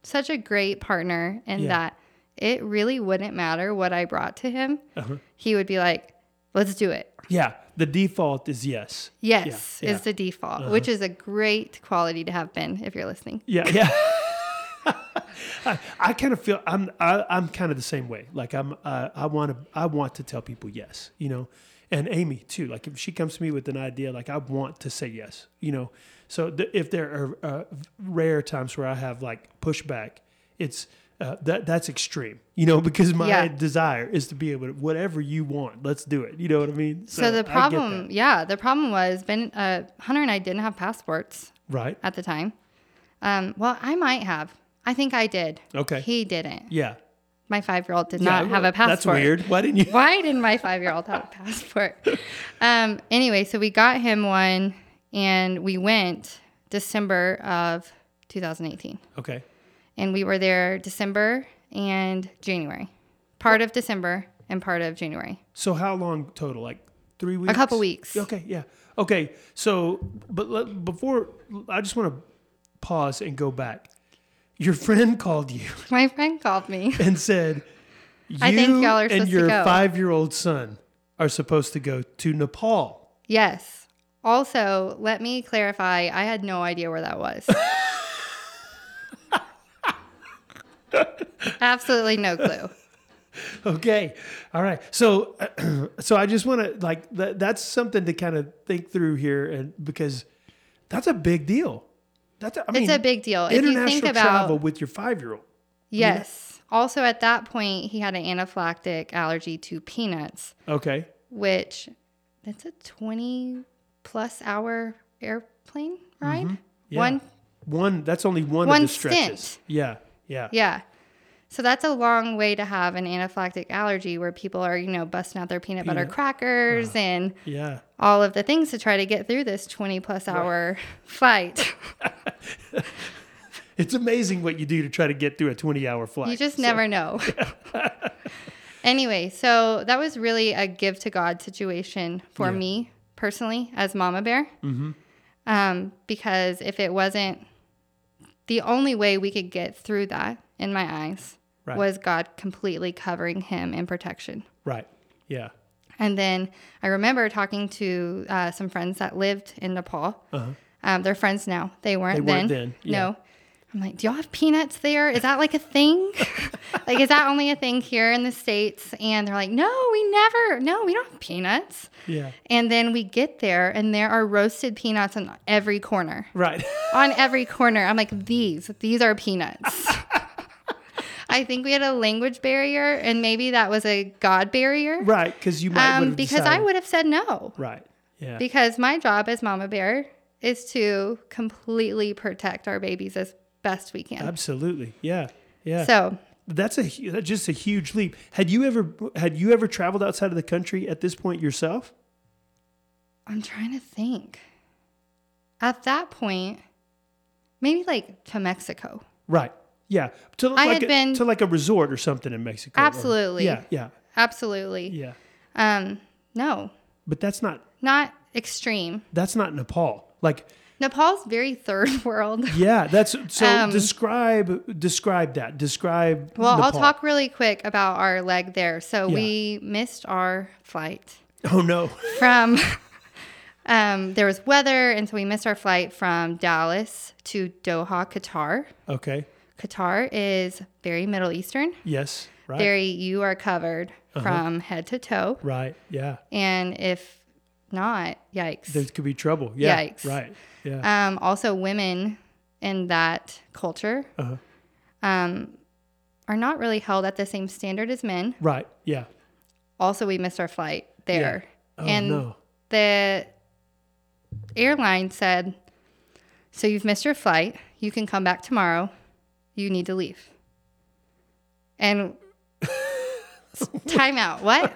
Speaker 3: such a great partner in
Speaker 2: Yeah.
Speaker 3: that it really wouldn't matter what I brought to him.
Speaker 2: Uh-huh.
Speaker 3: He would be like, let's do it.
Speaker 2: Yeah. The default is yes.
Speaker 3: Yes
Speaker 2: Yeah, Uh-huh. yeah.
Speaker 3: is the default, which is a great quality to have been if you're listening.
Speaker 2: Yeah, yeah. *laughs* I, I kind of feel I'm I, I'm kind of the same way. Like I'm uh, I want to I want to tell people yes, you know, and Amy too. Like if she comes to me with an idea, like I want to say yes, you know. So th- if there are uh, rare times where I have like pushback, it's uh, that that's extreme, you know, *laughs* because my
Speaker 3: Yeah.
Speaker 2: desire is to be able to whatever you want, let's do it. You know what I mean?
Speaker 3: So,
Speaker 2: I
Speaker 3: the
Speaker 2: get that.
Speaker 3: problem, yeah, the problem was Ben, uh, Hunter and I didn't have passports
Speaker 2: right?
Speaker 3: at the time. Um, well, I might have. I think I did.
Speaker 2: Okay.
Speaker 3: He didn't.
Speaker 2: Yeah.
Speaker 3: My five year old did
Speaker 2: Yeah,
Speaker 3: not have a passport.
Speaker 2: That's weird. Why didn't you?
Speaker 3: Why didn't my five year old have a passport? Um, anyway, so we got him one and we went December of 2018.
Speaker 2: *laughs* Okay.
Speaker 3: And we were there December and January, part of December and part of January. *laughs*
Speaker 2: So how long total? Like three weeks?
Speaker 3: couple weeks.
Speaker 2: Okay, yeah. Okay, so but let, before I just want to pause and go back. Your *laughs* friend called you
Speaker 3: My friend called me.
Speaker 2: and said, "You
Speaker 3: I think y'all are
Speaker 2: and
Speaker 3: supposed to
Speaker 2: your
Speaker 3: go."
Speaker 2: five-year-old son are supposed to go to Nepal." *laughs*
Speaker 3: Yes. Also, let me clarify I had no idea where that was. *laughs* Absolutely no clue.
Speaker 2: Okay, all right. So, *clears throat* so I just want to like that, that's something to kind of think through here, and because that's a big deal. That's a, I mean,
Speaker 3: It's a big deal. If you
Speaker 2: international
Speaker 3: think
Speaker 2: travel
Speaker 3: about
Speaker 2: with your five-year-old.
Speaker 3: Yes. Also, at that point, he had an anaphylactic allergy to peanuts,
Speaker 2: Okay,
Speaker 3: which that's a 20 plus hour airplane ride.
Speaker 2: Mm-hmm. Yeah.
Speaker 3: One,
Speaker 2: One. That's only one,
Speaker 3: One
Speaker 2: of the stretches.
Speaker 3: stint.
Speaker 2: Yeah, yeah,
Speaker 3: yeah. So that's a long way to have an anaphylactic allergy where people are, you know, busting out their peanut butter
Speaker 2: Peanut.
Speaker 3: crackers and
Speaker 2: yeah.
Speaker 3: all of the things to try to get through this 20 plus hour
Speaker 2: *laughs*
Speaker 3: *laughs* flight.
Speaker 2: It's amazing what you do to try to get through a twenty-hour flight.
Speaker 3: You just
Speaker 2: So-
Speaker 3: never know.
Speaker 2: *laughs*
Speaker 3: anyway, so that was really a give to God situation for
Speaker 2: Yeah. Mm-hmm.
Speaker 3: me personally as Mama Bear. Um, because if it wasn't the only way we could get through that in my eyes
Speaker 2: Right.
Speaker 3: was God completely covering him in protection.
Speaker 2: Right. Yeah.
Speaker 3: And then I remember talking to uh, some friends that lived in Nepal. Um, they're friends now. They weren't,
Speaker 2: Uh-huh. They weren't then, yeah.
Speaker 3: No. I'm like, do y'all have peanuts there? Is that like a
Speaker 2: *laughs*
Speaker 3: thing? like, is that only a thing here in the States? And they're like, no, we never, no, we don't have peanuts.
Speaker 2: Yeah.
Speaker 3: And then we get there and there are roasted peanuts on every corner.
Speaker 2: Right. *laughs*
Speaker 3: On every corner. I'm like, these, these are
Speaker 2: *laughs*
Speaker 3: peanuts. I think we had a language barrier and maybe that was a God barrier.
Speaker 2: right. Because you might.
Speaker 3: Um,
Speaker 2: would've
Speaker 3: because I
Speaker 2: decided-
Speaker 3: would have said no.
Speaker 2: Right. Yeah.
Speaker 3: Because my job as mama bear is to completely protect our babies as best we can.
Speaker 2: Absolutely. Yeah. Yeah.
Speaker 3: So
Speaker 2: that's a hu- that's just a huge leap. Had you ever had you ever traveled outside of the country at this point yourself?
Speaker 3: I'm trying to think. At that point, maybe like to Mexico.
Speaker 2: Right. Yeah. To like
Speaker 3: I had
Speaker 2: a,
Speaker 3: been-
Speaker 2: to like a resort or something in Mexico. or-
Speaker 3: Absolutely.
Speaker 2: yeah. Yeah.
Speaker 3: Absolutely.
Speaker 2: Yeah.
Speaker 3: Um, no,
Speaker 2: But that's not
Speaker 3: not extreme.
Speaker 2: that's not Nepal. Like
Speaker 3: Nepal's very third *laughs* world.
Speaker 2: Yeah, that's so.
Speaker 3: Um,
Speaker 2: describe describe that. Describe.
Speaker 3: Well, I'll
Speaker 2: Nepal.
Speaker 3: talk really quick about our leg there. So
Speaker 2: Yeah.
Speaker 3: we missed our flight.
Speaker 2: Oh no.
Speaker 3: from *laughs* um, there was weather and so we missed our flight from dallas to doha qatar
Speaker 2: Okay.
Speaker 3: qatar is very middle eastern
Speaker 2: Yes. Right. Uh-huh.
Speaker 3: very you are covered from head to toe
Speaker 2: Right. Yeah.
Speaker 3: and if not yikes
Speaker 2: There could be trouble. Yeah.
Speaker 3: Yikes.
Speaker 2: Right. Yeah.
Speaker 3: um, also women in that culture
Speaker 2: Uh-huh.
Speaker 3: um, are not really held at the same standard as men
Speaker 2: right. Yeah.
Speaker 3: also we missed our flight there
Speaker 2: Oh
Speaker 3: and
Speaker 2: no. *laughs*
Speaker 3: the airline said, So you've missed your flight. You can come back tomorrow. You need to leave.
Speaker 2: *laughs*
Speaker 3: And time out. What?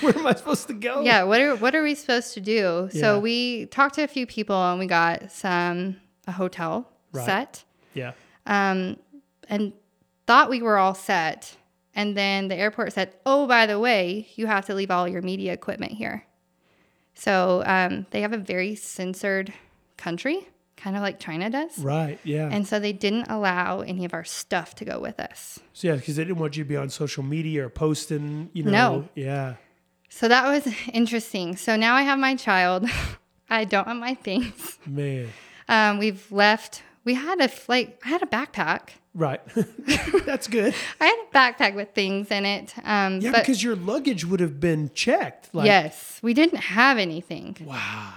Speaker 2: Where am I supposed to go?
Speaker 3: Yeah, what are what are we supposed to do?
Speaker 2: Yeah.
Speaker 3: So we talked to a few people and we got some a hotel
Speaker 2: Right.
Speaker 3: set.
Speaker 2: Yeah.
Speaker 3: Um and thought we were all set. And then the airport said, "Oh, by the way, you have to leave all your media equipment here." So um, they have a very censored country, kind of like China does,
Speaker 2: Right. Yeah.
Speaker 3: and so they didn't allow any of our stuff to go with us.
Speaker 2: so yeah, because they didn't want you to be on social media or posting. You know.
Speaker 3: No.
Speaker 2: Yeah.
Speaker 3: So that was *laughs* interesting. So now I have my child. *laughs* I don't have my things.
Speaker 2: Man.
Speaker 3: Um, we've left. We had a f- like I had a backpack.
Speaker 2: Right. *laughs* That's good.
Speaker 3: I had a backpack with things in it. Um,
Speaker 2: Yeah,
Speaker 3: but
Speaker 2: because your luggage would have been checked. Like,
Speaker 3: yes, we didn't have anything.
Speaker 2: Wow.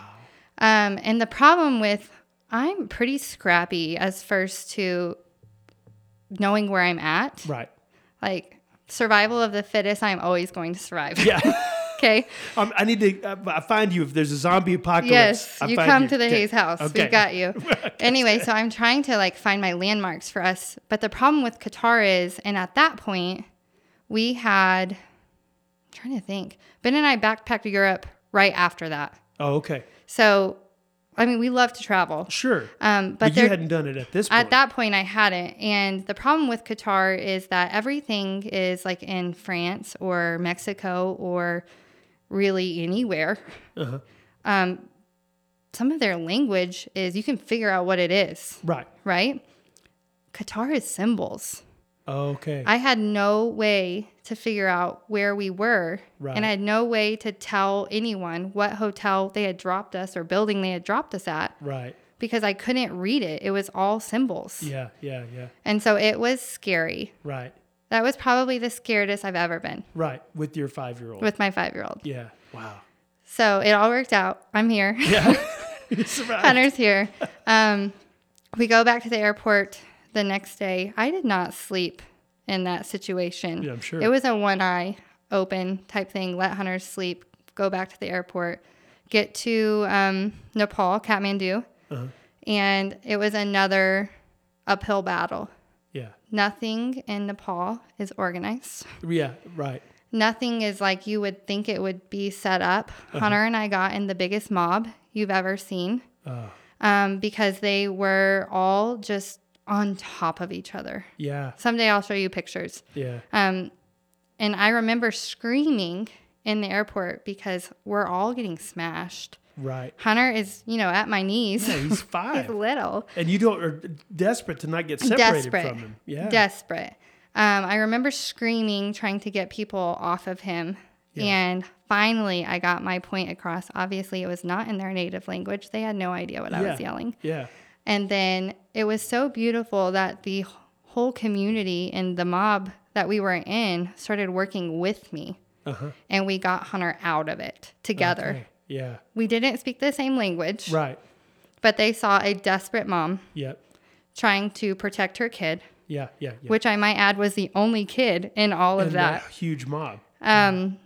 Speaker 3: Um, and the problem with I'm pretty scrappy as first to knowing where I'm at.
Speaker 2: Right.
Speaker 3: Like survival of the fittest, I'm always going to survive.
Speaker 2: Yeah.
Speaker 3: *laughs*
Speaker 2: *laughs*
Speaker 3: okay.
Speaker 2: Um, I need to uh, I find you if there's a zombie apocalypse.
Speaker 3: Yes,
Speaker 2: I
Speaker 3: you
Speaker 2: find
Speaker 3: come to the
Speaker 2: Okay.
Speaker 3: Hayes house.
Speaker 2: Okay.
Speaker 3: We've got
Speaker 2: *laughs*
Speaker 3: you. *laughs* anyway, so I'm trying to like find my landmarks for us. But the problem with Qatar is, and at that point, we had, I'm trying to think, Ben and I backpacked to Europe right after that.
Speaker 2: Oh, okay.
Speaker 3: So, I mean, we love to travel.
Speaker 2: Sure.
Speaker 3: Um, but
Speaker 2: but you
Speaker 3: there,
Speaker 2: hadn't done it at this point.
Speaker 3: at that point, I hadn't. And the problem with Qatar is that everything is like in France or Mexico or really anywhere.
Speaker 2: Uh-huh.
Speaker 3: Um, some of their language is you can figure out what it is,
Speaker 2: Right.
Speaker 3: right? Qatar is symbols.
Speaker 2: Okay.
Speaker 3: I had no way to figure out where we were.
Speaker 2: Right.
Speaker 3: And I had no way to tell anyone what hotel they had dropped us or building they had dropped us at
Speaker 2: right.
Speaker 3: because I couldn't read it. It was all symbols.
Speaker 2: Yeah. Yeah. Yeah.
Speaker 3: And so it was scary.
Speaker 2: Right.
Speaker 3: That was probably the scariest I've ever been
Speaker 2: Right. With your five year old.
Speaker 3: with my five year old.
Speaker 2: yeah.
Speaker 3: *laughs*
Speaker 2: Wow.
Speaker 3: So it all worked out.
Speaker 2: *laughs*
Speaker 3: I'm here.
Speaker 2: Yeah. you survived.
Speaker 3: Hunter's here. Um, we go back to the airport the next day. I did not sleep in that situation.
Speaker 2: Yeah, I'm sure.
Speaker 3: It was a one eye open type thing. Let Hunter sleep, go back to the airport, get to um, Nepal, Kathmandu.
Speaker 2: Uh-huh.
Speaker 3: And it was another uphill battle.
Speaker 2: Yeah.
Speaker 3: Nothing in Nepal is organized.
Speaker 2: Yeah. Right.
Speaker 3: nothing is like you would think it would be set up. Hunter and I got in the biggest mob you've ever seen
Speaker 2: Oh.
Speaker 3: um, because they were all just on top of each other.
Speaker 2: Yeah.
Speaker 3: Someday I'll show you pictures.
Speaker 2: Yeah.
Speaker 3: Um, and I remember screaming in the airport because we're all getting smashed.
Speaker 2: Right.
Speaker 3: Hunter is, you know, at my knees.
Speaker 2: Yeah, he's
Speaker 3: *laughs* He's
Speaker 2: five.
Speaker 3: little.
Speaker 2: and you don't are desperate to not get separated
Speaker 3: desperate.
Speaker 2: from him. Yeah.
Speaker 3: Desperate. Um, I remember screaming, trying to get people off of him.
Speaker 2: Yeah.
Speaker 3: And finally, I got my point across. Obviously, it was not in their native language. They had no idea what I was
Speaker 2: Yeah.
Speaker 3: yelling.
Speaker 2: yeah.
Speaker 3: And then it was so beautiful that the wh- whole community and the mob that we were in started working with me.
Speaker 2: Uh-huh.
Speaker 3: And we got Hunter out of it together.
Speaker 2: Okay. Yeah.
Speaker 3: We didn't speak the same language,
Speaker 2: Right.
Speaker 3: but they saw a desperate mom
Speaker 2: Yep.
Speaker 3: trying to protect her kid
Speaker 2: Yeah. Yeah. Yeah.
Speaker 3: which I might add was the only kid in all of
Speaker 2: And
Speaker 3: that.
Speaker 2: huge mob.
Speaker 3: Um,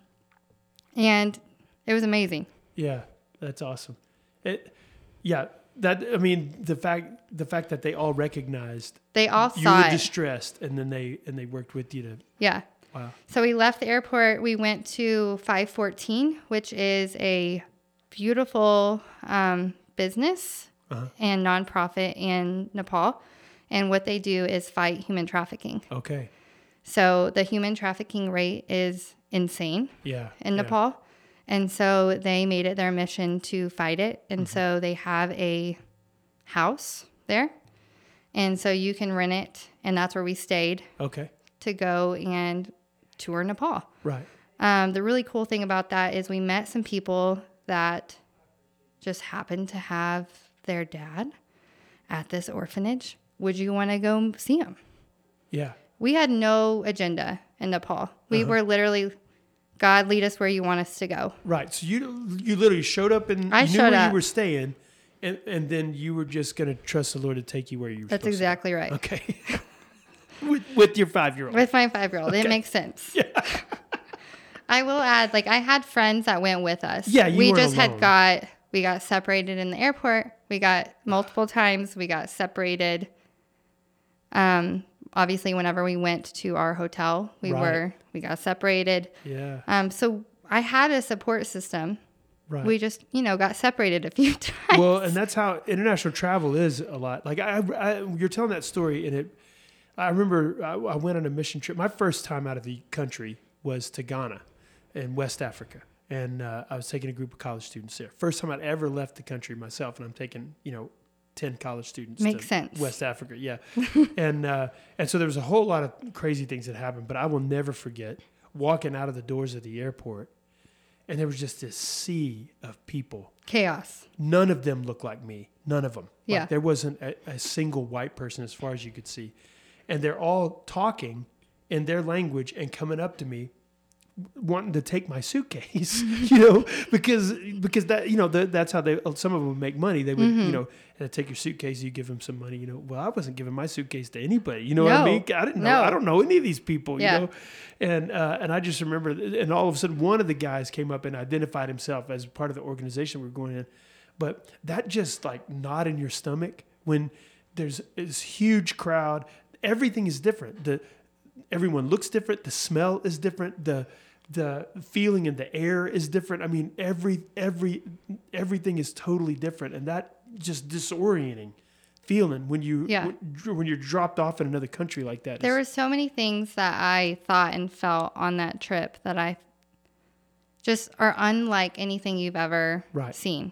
Speaker 3: and it was amazing.
Speaker 2: Yeah, that's awesome. It, yeah, that I mean the fact the fact that they all recognized
Speaker 3: They all
Speaker 2: you
Speaker 3: saw
Speaker 2: were
Speaker 3: it.
Speaker 2: distressed, and then they and they worked with you to
Speaker 3: yeah.
Speaker 2: wow.
Speaker 3: So we left the airport. We went to 514, which is a beautiful um, business
Speaker 2: Uh-huh.
Speaker 3: and nonprofit in Nepal. And what they do is fight human trafficking.
Speaker 2: Okay,
Speaker 3: So the human trafficking rate is insane.
Speaker 2: yeah,
Speaker 3: in
Speaker 2: yeah.
Speaker 3: Nepal. And so they made it their mission to fight it. And so they have a house there. And so you can rent it. And that's where we stayed
Speaker 2: Okay,
Speaker 3: to go and tour Nepal.
Speaker 2: right,
Speaker 3: Um, the really cool thing about that is we met some people that just happened to have their dad at this orphanage. Would you want to go see him?
Speaker 2: yeah,
Speaker 3: We had no agenda in Nepal. We were literally, God, lead us where you want us to go.
Speaker 2: right. So you you literally showed up and
Speaker 3: I
Speaker 2: you knew
Speaker 3: showed
Speaker 2: where
Speaker 3: up.
Speaker 2: you were staying, and and then you were just gonna trust the Lord to take you where you. Were
Speaker 3: That's
Speaker 2: supposed to
Speaker 3: exactly right.
Speaker 2: go. okay. *laughs* with with your five year old.
Speaker 3: With my five year old, it makes sense. *laughs* I will add, like, I had friends that went with us.
Speaker 2: Yeah, you
Speaker 3: we
Speaker 2: weren't
Speaker 3: just
Speaker 2: alone.
Speaker 3: had got we got separated in the airport. We got multiple times. We got separated. Um, obviously, whenever we went to our hotel, we
Speaker 2: Right.
Speaker 3: were we got separated.
Speaker 2: Yeah,
Speaker 3: Um, so I had a support system.
Speaker 2: right.
Speaker 3: We just, you know, got separated a few *laughs* times.
Speaker 2: well, and that's how international travel is a lot. Like I, I you're telling that story, and it. I remember I, I went on a mission trip. My first time out of the country was to Ghana, in West Africa, and uh, I was taking a group of college students there. First time I'd ever left the country myself, and I'm taking you know. 10 college students
Speaker 3: Makes
Speaker 2: to
Speaker 3: sense.
Speaker 2: west africa
Speaker 3: *laughs*
Speaker 2: yeah and uh, and so there was a whole lot of crazy things that happened but i will never forget walking out of the doors of the airport and there was just this sea of people.
Speaker 3: Chaos.
Speaker 2: None of them looked like me. None of them.
Speaker 3: Yeah.
Speaker 2: Like there wasn't a, a single white person as far as you could see, and they're all talking in their language and coming up to me wanting to take my suitcase, *laughs* you know, because because that you know the, that's how they uh, some of them make money. They would
Speaker 3: Mm-hmm.
Speaker 2: you know uh, take your suitcase, you give them some money, you know. Well, I wasn't giving my suitcase to anybody, you know what I
Speaker 3: No.
Speaker 2: mean? I didn't know,
Speaker 3: No.
Speaker 2: I don't know any of these people,
Speaker 3: Yeah.
Speaker 2: you know. And uh, and I just remember, and all of a sudden, one of the guys came up and identified himself as part of the organization we were going in. But that just like knot in your stomach when there's this huge crowd. Everything is different. The everyone looks different. The smell is different. The the feeling in the air is different. I mean, every every everything is totally different, and that just disorienting feeling when you
Speaker 3: Yeah.
Speaker 2: when, when you're dropped off in another country like that.
Speaker 3: There
Speaker 2: It's-
Speaker 3: were so many things that I thought and felt on that trip that I just are unlike anything you've ever
Speaker 2: Right.
Speaker 3: seen.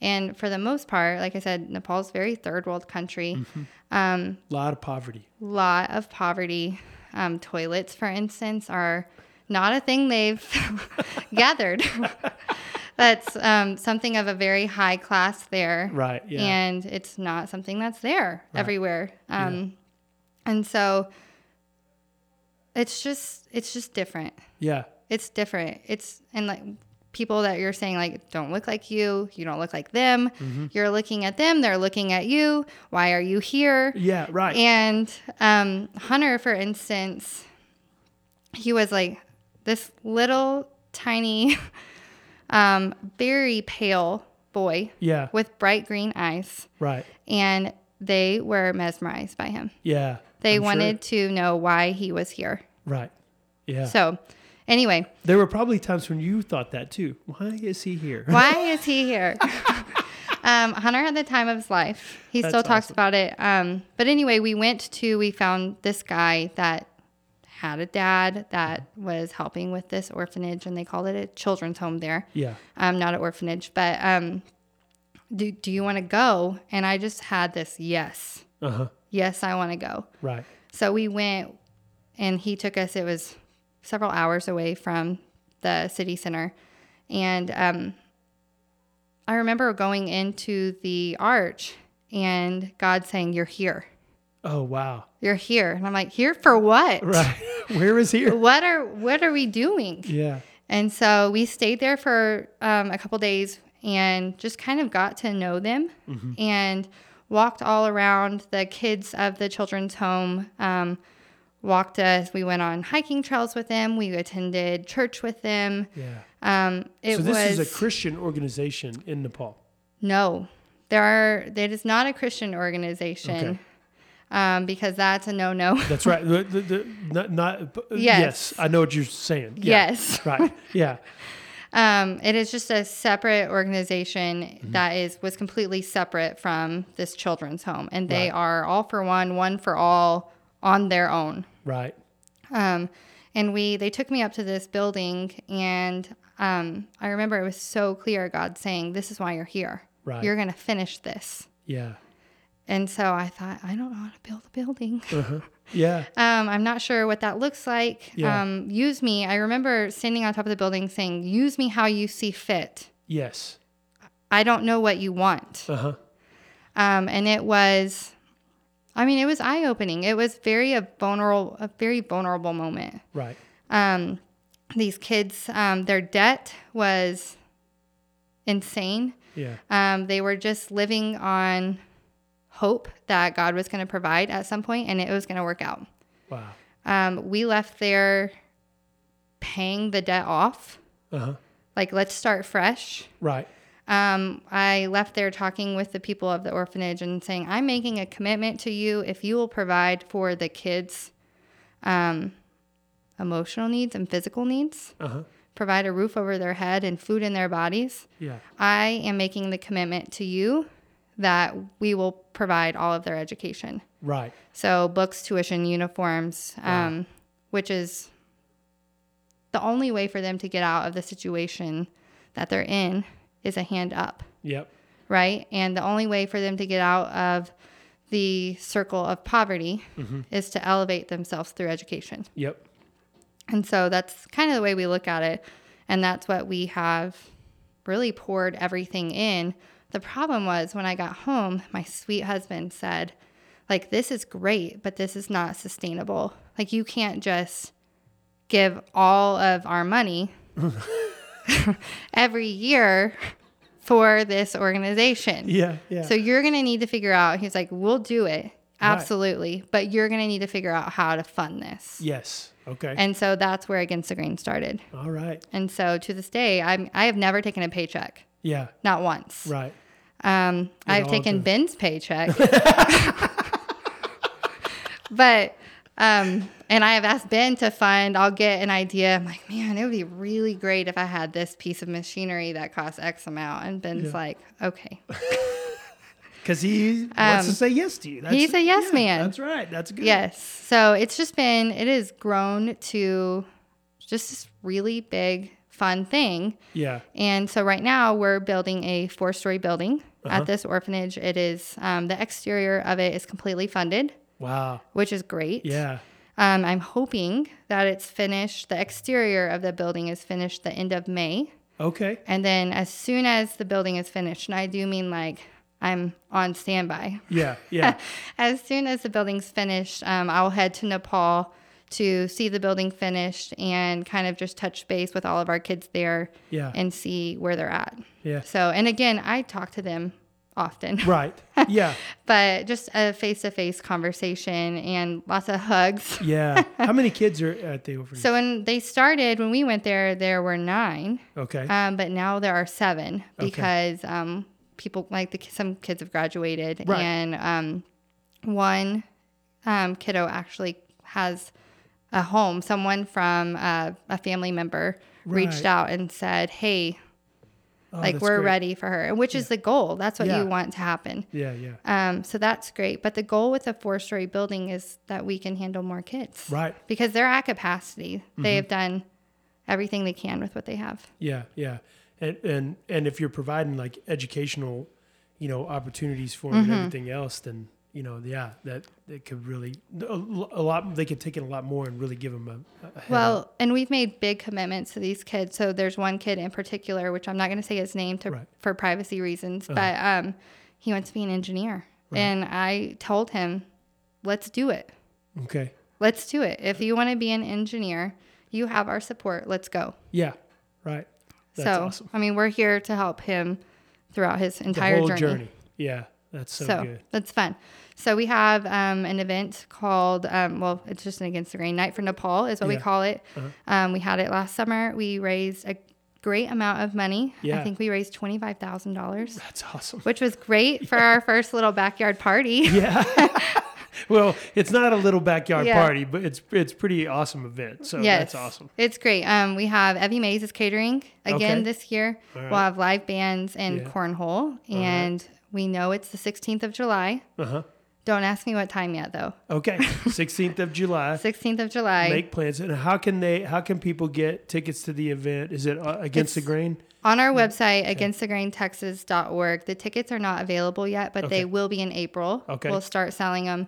Speaker 3: And for the most part, like I said, Nepal's a very third world country.
Speaker 2: Mm-hmm.
Speaker 3: Um,
Speaker 2: lot of poverty.
Speaker 3: lot of poverty. Um, toilets, for instance, are not a thing they've *laughs* gathered. *laughs* that's um, something of a very high class there.
Speaker 2: Right, yeah.
Speaker 3: And it's not something that's there everywhere. Um, And so it's just it's just different.
Speaker 2: Yeah,
Speaker 3: It's different. It's and like people that you're saying like don't look like you. You don't look like them.
Speaker 2: Mm-hmm.
Speaker 3: You're looking at them. They're looking at you. Why are you here?
Speaker 2: yeah, right.
Speaker 3: And um, Hunter, for instance, he was like this little tiny, *laughs* um, very pale boy
Speaker 2: yeah,
Speaker 3: with bright green eyes,
Speaker 2: right.
Speaker 3: and they were mesmerized by him.
Speaker 2: Yeah,
Speaker 3: They
Speaker 2: I'm sure.
Speaker 3: wanted to know why he was here.
Speaker 2: right. Yeah,
Speaker 3: So, anyway,
Speaker 2: there were probably times when you thought that too. Why is he here?
Speaker 3: why is he here? um, Hunter had the time of his life. He still
Speaker 2: That's
Speaker 3: talks
Speaker 2: awesome.
Speaker 3: about it. Um, but anyway, we went to, we found this guy that had a dad that was helping with this orphanage, and they called it a children's home there.
Speaker 2: *laughs* Yeah,
Speaker 3: Um, not an orphanage, but um, do, do you want to go? And I just had this yes.
Speaker 2: uh huh.
Speaker 3: Yes, I want to go.
Speaker 2: Right.
Speaker 3: So we went and he took us, it was several hours away from the city center. And um, I remember going into the arch and God saying, You're here.
Speaker 2: Oh wow.
Speaker 3: You're here. And I'm like, Here for what?
Speaker 2: Right. *laughs* Where is
Speaker 3: *laughs*
Speaker 2: here?
Speaker 3: What are what are we doing?
Speaker 2: Yeah.
Speaker 3: And so we stayed there for um, a couple days and just kind of got to know them
Speaker 2: Mm-hmm.
Speaker 3: and walked all around the kids of the children's home. Um, walked us, we went on hiking trails with them, we attended church with them.
Speaker 2: Yeah.
Speaker 3: Um, it
Speaker 2: so this is
Speaker 3: was
Speaker 2: a Christian organization in Nepal.
Speaker 3: no, there are, it is not a Christian organization.
Speaker 2: Okay.
Speaker 3: Um, because that's a no-no. *laughs*
Speaker 2: That's right. The- the- the- not, not- b- yes.
Speaker 3: Yes.
Speaker 2: I know what you're saying. Yeah.
Speaker 3: Yes.
Speaker 2: right. Yeah.
Speaker 3: Um, it is just a separate organization
Speaker 2: Mm-hmm.
Speaker 3: that is was completely separate from this children's home, and they
Speaker 2: Right.
Speaker 3: are all for one, one for all on their own.
Speaker 2: Right.
Speaker 3: Um, and we they took me up to this building, and um, I remember it was so clear God saying, "This is why you're here.
Speaker 2: Right.
Speaker 3: You're gonna finish this."
Speaker 2: Yeah.
Speaker 3: And so I thought, I don't know how to build a building.
Speaker 2: Yeah.
Speaker 3: Um, I'm not sure what that looks like.
Speaker 2: Yeah.
Speaker 3: Um, use me. I remember standing on top of the building saying, "Use me how you see fit."
Speaker 2: Yes.
Speaker 3: I don't know what you want.
Speaker 2: Uh huh.
Speaker 3: Um, and it was, I mean, it was eye opening. It was very a vulnerable, a very vulnerable moment.
Speaker 2: Right.
Speaker 3: Um, these kids, um, their debt was insane.
Speaker 2: Yeah.
Speaker 3: Um, they were just living on hope that God was going to provide at some point, and it was going to work out.
Speaker 2: Wow.
Speaker 3: Um, we left there paying the debt off.
Speaker 2: Uh huh.
Speaker 3: Like, let's start fresh.
Speaker 2: Right.
Speaker 3: Um, I left there talking with the people of the orphanage and saying, I'm making a commitment to you if you will provide for the kids' um, emotional needs and physical needs,
Speaker 2: Uh huh.
Speaker 3: provide a roof over their head and food in their bodies.
Speaker 2: Yeah.
Speaker 3: I am making the commitment to you that we will provide all of their education.
Speaker 2: Right.
Speaker 3: So, books, tuition, uniforms, um, which is the only way for them to get out of the situation that they're in is a hand up
Speaker 2: Yep.
Speaker 3: right? And the only way for them to get out of the circle of poverty is to elevate themselves through education.
Speaker 2: Yep.
Speaker 3: And so that's kind of the way we look at it. And that's what we have really poured everything in. The problem was when I got home, my sweet husband said, like, this is great, but this is not sustainable. Like, you can't just give all of our money *laughs* every year for this organization.
Speaker 2: Yeah. Yeah.
Speaker 3: So you're going to need to figure out. He's like, we'll do it. Absolutely. But you're going to need to figure out how to fund this.
Speaker 2: yes. Okay.
Speaker 3: And so that's where Against the Grain started.
Speaker 2: All right.
Speaker 3: And so to this day, I'm, I have never taken a paycheck,
Speaker 2: Yeah.
Speaker 3: not once.
Speaker 2: Right.
Speaker 3: Um, I've
Speaker 2: all
Speaker 3: taken
Speaker 2: the-
Speaker 3: Ben's
Speaker 2: *laughs*
Speaker 3: paycheck. *laughs* but, um, and I have asked Ben to fund, I'll get an idea. I'm like, man, it would be really great if I had this piece of machinery that costs X amount. And Ben's
Speaker 2: Yeah.
Speaker 3: like, okay.
Speaker 2: Because he wants to say yes to you. That's,
Speaker 3: Um, he's a yes
Speaker 2: yeah,
Speaker 3: man.
Speaker 2: That's right. That's good.
Speaker 3: Yes. So it's just been, it has grown to just this really big, fun thing.
Speaker 2: Yeah.
Speaker 3: And so right now we're building a four story building at this orphanage. It is, um, the exterior of it is completely funded,
Speaker 2: Wow.
Speaker 3: which is great.
Speaker 2: Yeah.
Speaker 3: Um, I'm hoping that it's finished, the exterior of the building is finished the end of May.
Speaker 2: Okay.
Speaker 3: And then as soon as the building is finished, and I do mean like I'm on standby. *laughs*
Speaker 2: Yeah. Yeah.
Speaker 3: As soon as the building's finished, um, I'll head to Nepal to see the building finished and kind of just touch base with all of our kids there
Speaker 2: Yeah.
Speaker 3: and see where they're at.
Speaker 2: Yeah.
Speaker 3: So, and again, I talk to them often,
Speaker 2: Right. Yeah.
Speaker 3: *laughs* but just a face to face conversation and lots of
Speaker 2: *laughs*
Speaker 3: hugs. *laughs*
Speaker 2: Yeah. How many kids are at the orphanage?
Speaker 3: So, when they started, when we went there, there were nine,
Speaker 2: okay.
Speaker 3: um, but now there are seven because um, people like the, ki- some kids have graduated,
Speaker 2: Right.
Speaker 3: and um, one um, kiddo actually has a home. Someone from uh, a family member
Speaker 2: Right.
Speaker 3: reached out and said, "Hey,
Speaker 2: Oh,
Speaker 3: like
Speaker 2: that's
Speaker 3: we're
Speaker 2: great.
Speaker 3: ready for her," which is the goal. That's what
Speaker 2: Yeah.
Speaker 3: you want to happen.
Speaker 2: Yeah. Yeah.
Speaker 3: Um, so that's great. But the goal with a four story building is that we can handle more kids.
Speaker 2: Right. Mm-hmm.
Speaker 3: Because they're at capacity. They have done everything they can with what they have.
Speaker 2: Yeah, yeah, and and and if you're providing like educational, you know, opportunities for
Speaker 3: Mm-hmm.
Speaker 2: 'em and everything else, then you know, yeah, that that could really a, lo- a lot. They could take in a lot more and really give them a, a head up.
Speaker 3: Well, and we've made big commitments to these kids. So there's one kid in particular, which I'm not going to say his name to,
Speaker 2: Right. Uh-huh.
Speaker 3: for privacy reasons, but um, he wants to be an engineer. And I told him, let's do it.
Speaker 2: Okay.
Speaker 3: Let's do it. If you want to be an engineer, you have our support. Let's go.
Speaker 2: Yeah. Right. That's
Speaker 3: so,
Speaker 2: awesome.
Speaker 3: I mean, we're here to help him throughout his
Speaker 2: The
Speaker 3: entire
Speaker 2: whole
Speaker 3: journey.
Speaker 2: Yeah, that's so,
Speaker 3: So,
Speaker 2: good.
Speaker 3: that's fun. So we have um, an event called, um, well, it's just an Against the Grain Night for Nepal is what
Speaker 2: Yeah. Uh-huh.
Speaker 3: we call it. Um, we had it last summer. We raised a great amount of money.
Speaker 2: Yeah.
Speaker 3: I think we raised twenty five thousand dollars,
Speaker 2: That's awesome. *laughs*
Speaker 3: which was great for our first little backyard party.
Speaker 2: Well, it's not a little backyard
Speaker 3: Yeah.
Speaker 2: party, but it's it's pretty awesome event. So Oh, that's awesome.
Speaker 3: It's great. Um, we have Evie Mays is catering again
Speaker 2: Okay.
Speaker 3: this year.
Speaker 2: All right.
Speaker 3: We'll have live bands and
Speaker 2: Yeah.
Speaker 3: cornhole, and we know it's the 16th of July.
Speaker 2: Uh huh.
Speaker 3: Don't ask me what time yet, though.
Speaker 2: Okay, *laughs* sixteenth of July.
Speaker 3: 16th of July
Speaker 2: Make plans, and how can they? How can people get tickets to the event? Is it uh, against the grain?
Speaker 3: on our website, againstthegraintexas.org. The tickets are not available yet, but
Speaker 2: Okay.
Speaker 3: they will be in April.
Speaker 2: Okay.
Speaker 3: we'll start selling them,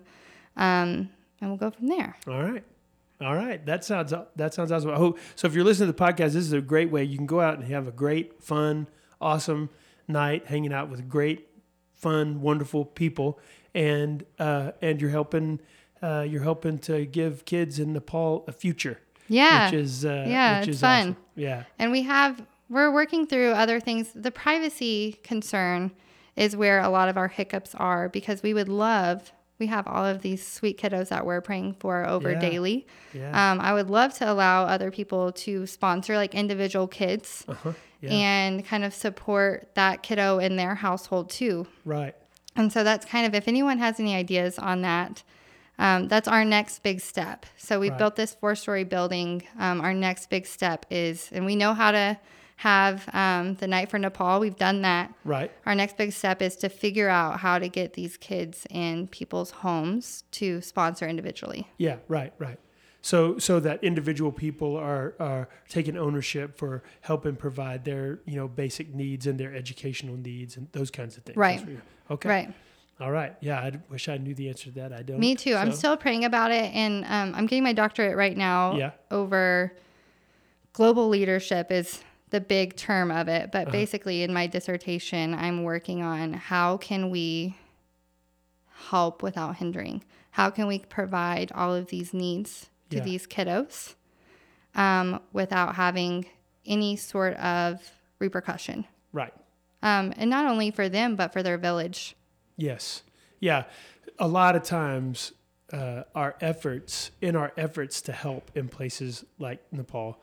Speaker 3: um, and we'll go from there.
Speaker 2: All right. All right. That sounds that sounds awesome. I hope so if you're listening to the podcast, this is a great way. You can go out and have a great, fun, awesome night hanging out with great, fun, wonderful people. And uh, and you're helping uh, you're helping to give kids in Nepal a future.
Speaker 3: Yeah,
Speaker 2: Which is uh,
Speaker 3: Yeah,
Speaker 2: which
Speaker 3: it's
Speaker 2: is
Speaker 3: fun.
Speaker 2: awesome. Yeah.
Speaker 3: and we have we're working through other things. The privacy concern is where a lot of our hiccups are because we would love. We have all of these sweet kiddos that we're praying for over
Speaker 2: Yeah.
Speaker 3: daily.
Speaker 2: Yeah.
Speaker 3: Um, I would love to allow other people to sponsor like individual kids
Speaker 2: uh-huh. Yeah.
Speaker 3: and kind of support that kiddo in their household too.
Speaker 2: right.
Speaker 3: And so that's kind of, if anyone has any ideas on that, um, that's our next big step. So we
Speaker 2: Right.
Speaker 3: built this four story building. Um, our next big step is, and we know how to have um, the night for Nepal, we've done that.
Speaker 2: Right.
Speaker 3: Our next big step is to figure out how to get these kids in people's homes to sponsor individually.
Speaker 2: Yeah, right, right. So so that individual people are are taking ownership for helping provide their you know basic needs and their educational needs and those kinds of things.
Speaker 3: Right.
Speaker 2: That's what you're- Okay.
Speaker 3: Right.
Speaker 2: All right. Yeah, I wish I knew the answer to that. I don't.
Speaker 3: Me too. I'm
Speaker 2: so-
Speaker 3: still praying about it, and um, I'm getting my doctorate right now.
Speaker 2: Yeah.
Speaker 3: Over global leadership is the big term of it,
Speaker 2: Uh-huh.
Speaker 3: but basically in my dissertation, I'm working on how can we help without hindering? How can we provide all of these needs to
Speaker 2: Yeah.
Speaker 3: these kiddos um, without having any sort of repercussion?
Speaker 2: Right.
Speaker 3: Um, and not only for them, but for their village.
Speaker 2: Yes. Yeah. A lot of times, uh, our efforts, in our efforts to help in places like Nepal,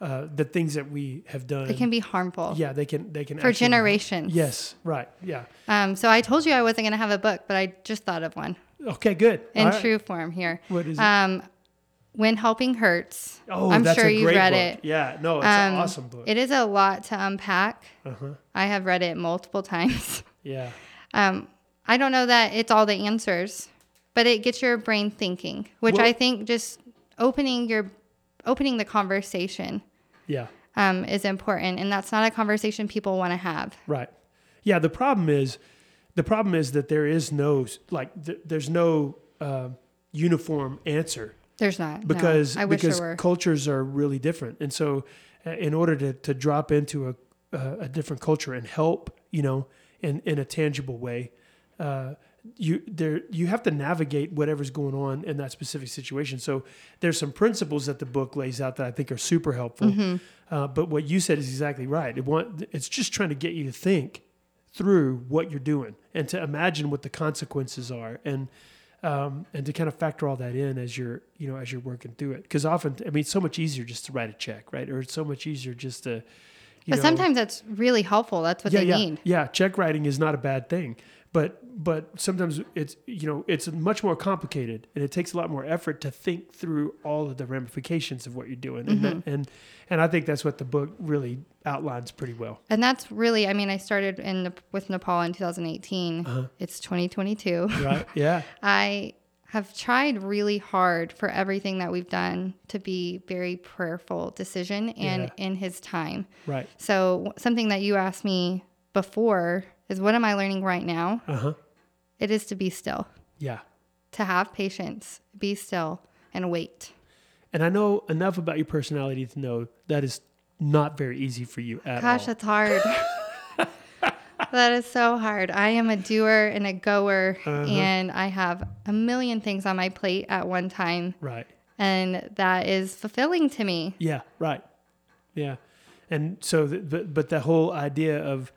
Speaker 2: uh, the things that we have done.
Speaker 3: It can be harmful
Speaker 2: yeah, they can. They can.
Speaker 3: for
Speaker 2: actually-
Speaker 3: generations.
Speaker 2: Yes. Right. Yeah.
Speaker 3: Um, so I told you I wasn't going to have a book, but I just thought of one
Speaker 2: Okay. Good.
Speaker 3: in
Speaker 2: All right.
Speaker 3: true form here.
Speaker 2: What is it?
Speaker 3: Um, when helping hurts.
Speaker 2: Oh,
Speaker 3: I'm
Speaker 2: that's
Speaker 3: sure
Speaker 2: a
Speaker 3: you've
Speaker 2: great
Speaker 3: read
Speaker 2: book.
Speaker 3: it.
Speaker 2: Yeah. No, it's an
Speaker 3: Um,
Speaker 2: awesome book.
Speaker 3: It is a lot to unpack.
Speaker 2: uh-huh.
Speaker 3: I have read it multiple *laughs* times.
Speaker 2: Yeah.
Speaker 3: Um, I don't know that it's all the answers, but it gets your brain thinking, which
Speaker 2: Well-
Speaker 3: I think just opening your opening the conversation
Speaker 2: Yeah.
Speaker 3: um, is important, and that's not a conversation people want to have.
Speaker 2: Right. Yeah. The problem is, the problem is that there is no like, th- there's no um uniform answer
Speaker 3: There's not no.
Speaker 2: because
Speaker 3: I wish
Speaker 2: because
Speaker 3: there were.
Speaker 2: cultures are really different, and so uh, in order to to drop into a uh, a different culture and help, you know, in in a tangible way. Uh, you there you have to navigate whatever's going on in that specific situation so there's some principles that the book lays out that i think are super helpful
Speaker 3: Mm-hmm.
Speaker 2: uh, but what you said is exactly right it want, it's just trying to get you to think through what you're doing and to imagine what the consequences are and um, and to kind of factor all that in as you're you know as you're working through it because often i mean it's so much easier just to write a check right or it's so much easier just to you
Speaker 3: But
Speaker 2: know,
Speaker 3: sometimes that's really helpful. That's what
Speaker 2: yeah,
Speaker 3: they
Speaker 2: yeah,
Speaker 3: need.
Speaker 2: yeah. Check writing is not a bad thing, but but sometimes it's you know it's much more complicated, and it takes a lot more effort to think through all of the ramifications of what you're doing, and
Speaker 3: Mm-hmm.
Speaker 2: that- and and I think that's what the book really outlines pretty well.
Speaker 3: And that's really, I mean, I started in Nep- with Nepal in 2018.
Speaker 2: Uh-huh.
Speaker 3: It's 2022.
Speaker 2: Right? yeah.
Speaker 3: *laughs* I have tried really hard for everything that we've done to be very prayerful decision and in his time.
Speaker 2: Right.
Speaker 3: So w- something that you asked me before is what am I learning right now?
Speaker 2: Uh huh.
Speaker 3: It is to be still,
Speaker 2: Yeah.
Speaker 3: to have patience, be still and wait.
Speaker 2: And I know enough about your personality to know that is not very easy for you at
Speaker 3: Gosh,
Speaker 2: all.
Speaker 3: that's hard.
Speaker 2: *laughs*
Speaker 3: that is so hard. I am a doer and a goer,
Speaker 2: Uh-huh.
Speaker 3: and I have a million things on my plate at one time,
Speaker 2: Right.
Speaker 3: and that is fulfilling to me.
Speaker 2: Yeah, right. Yeah, and so, th- but but the whole idea of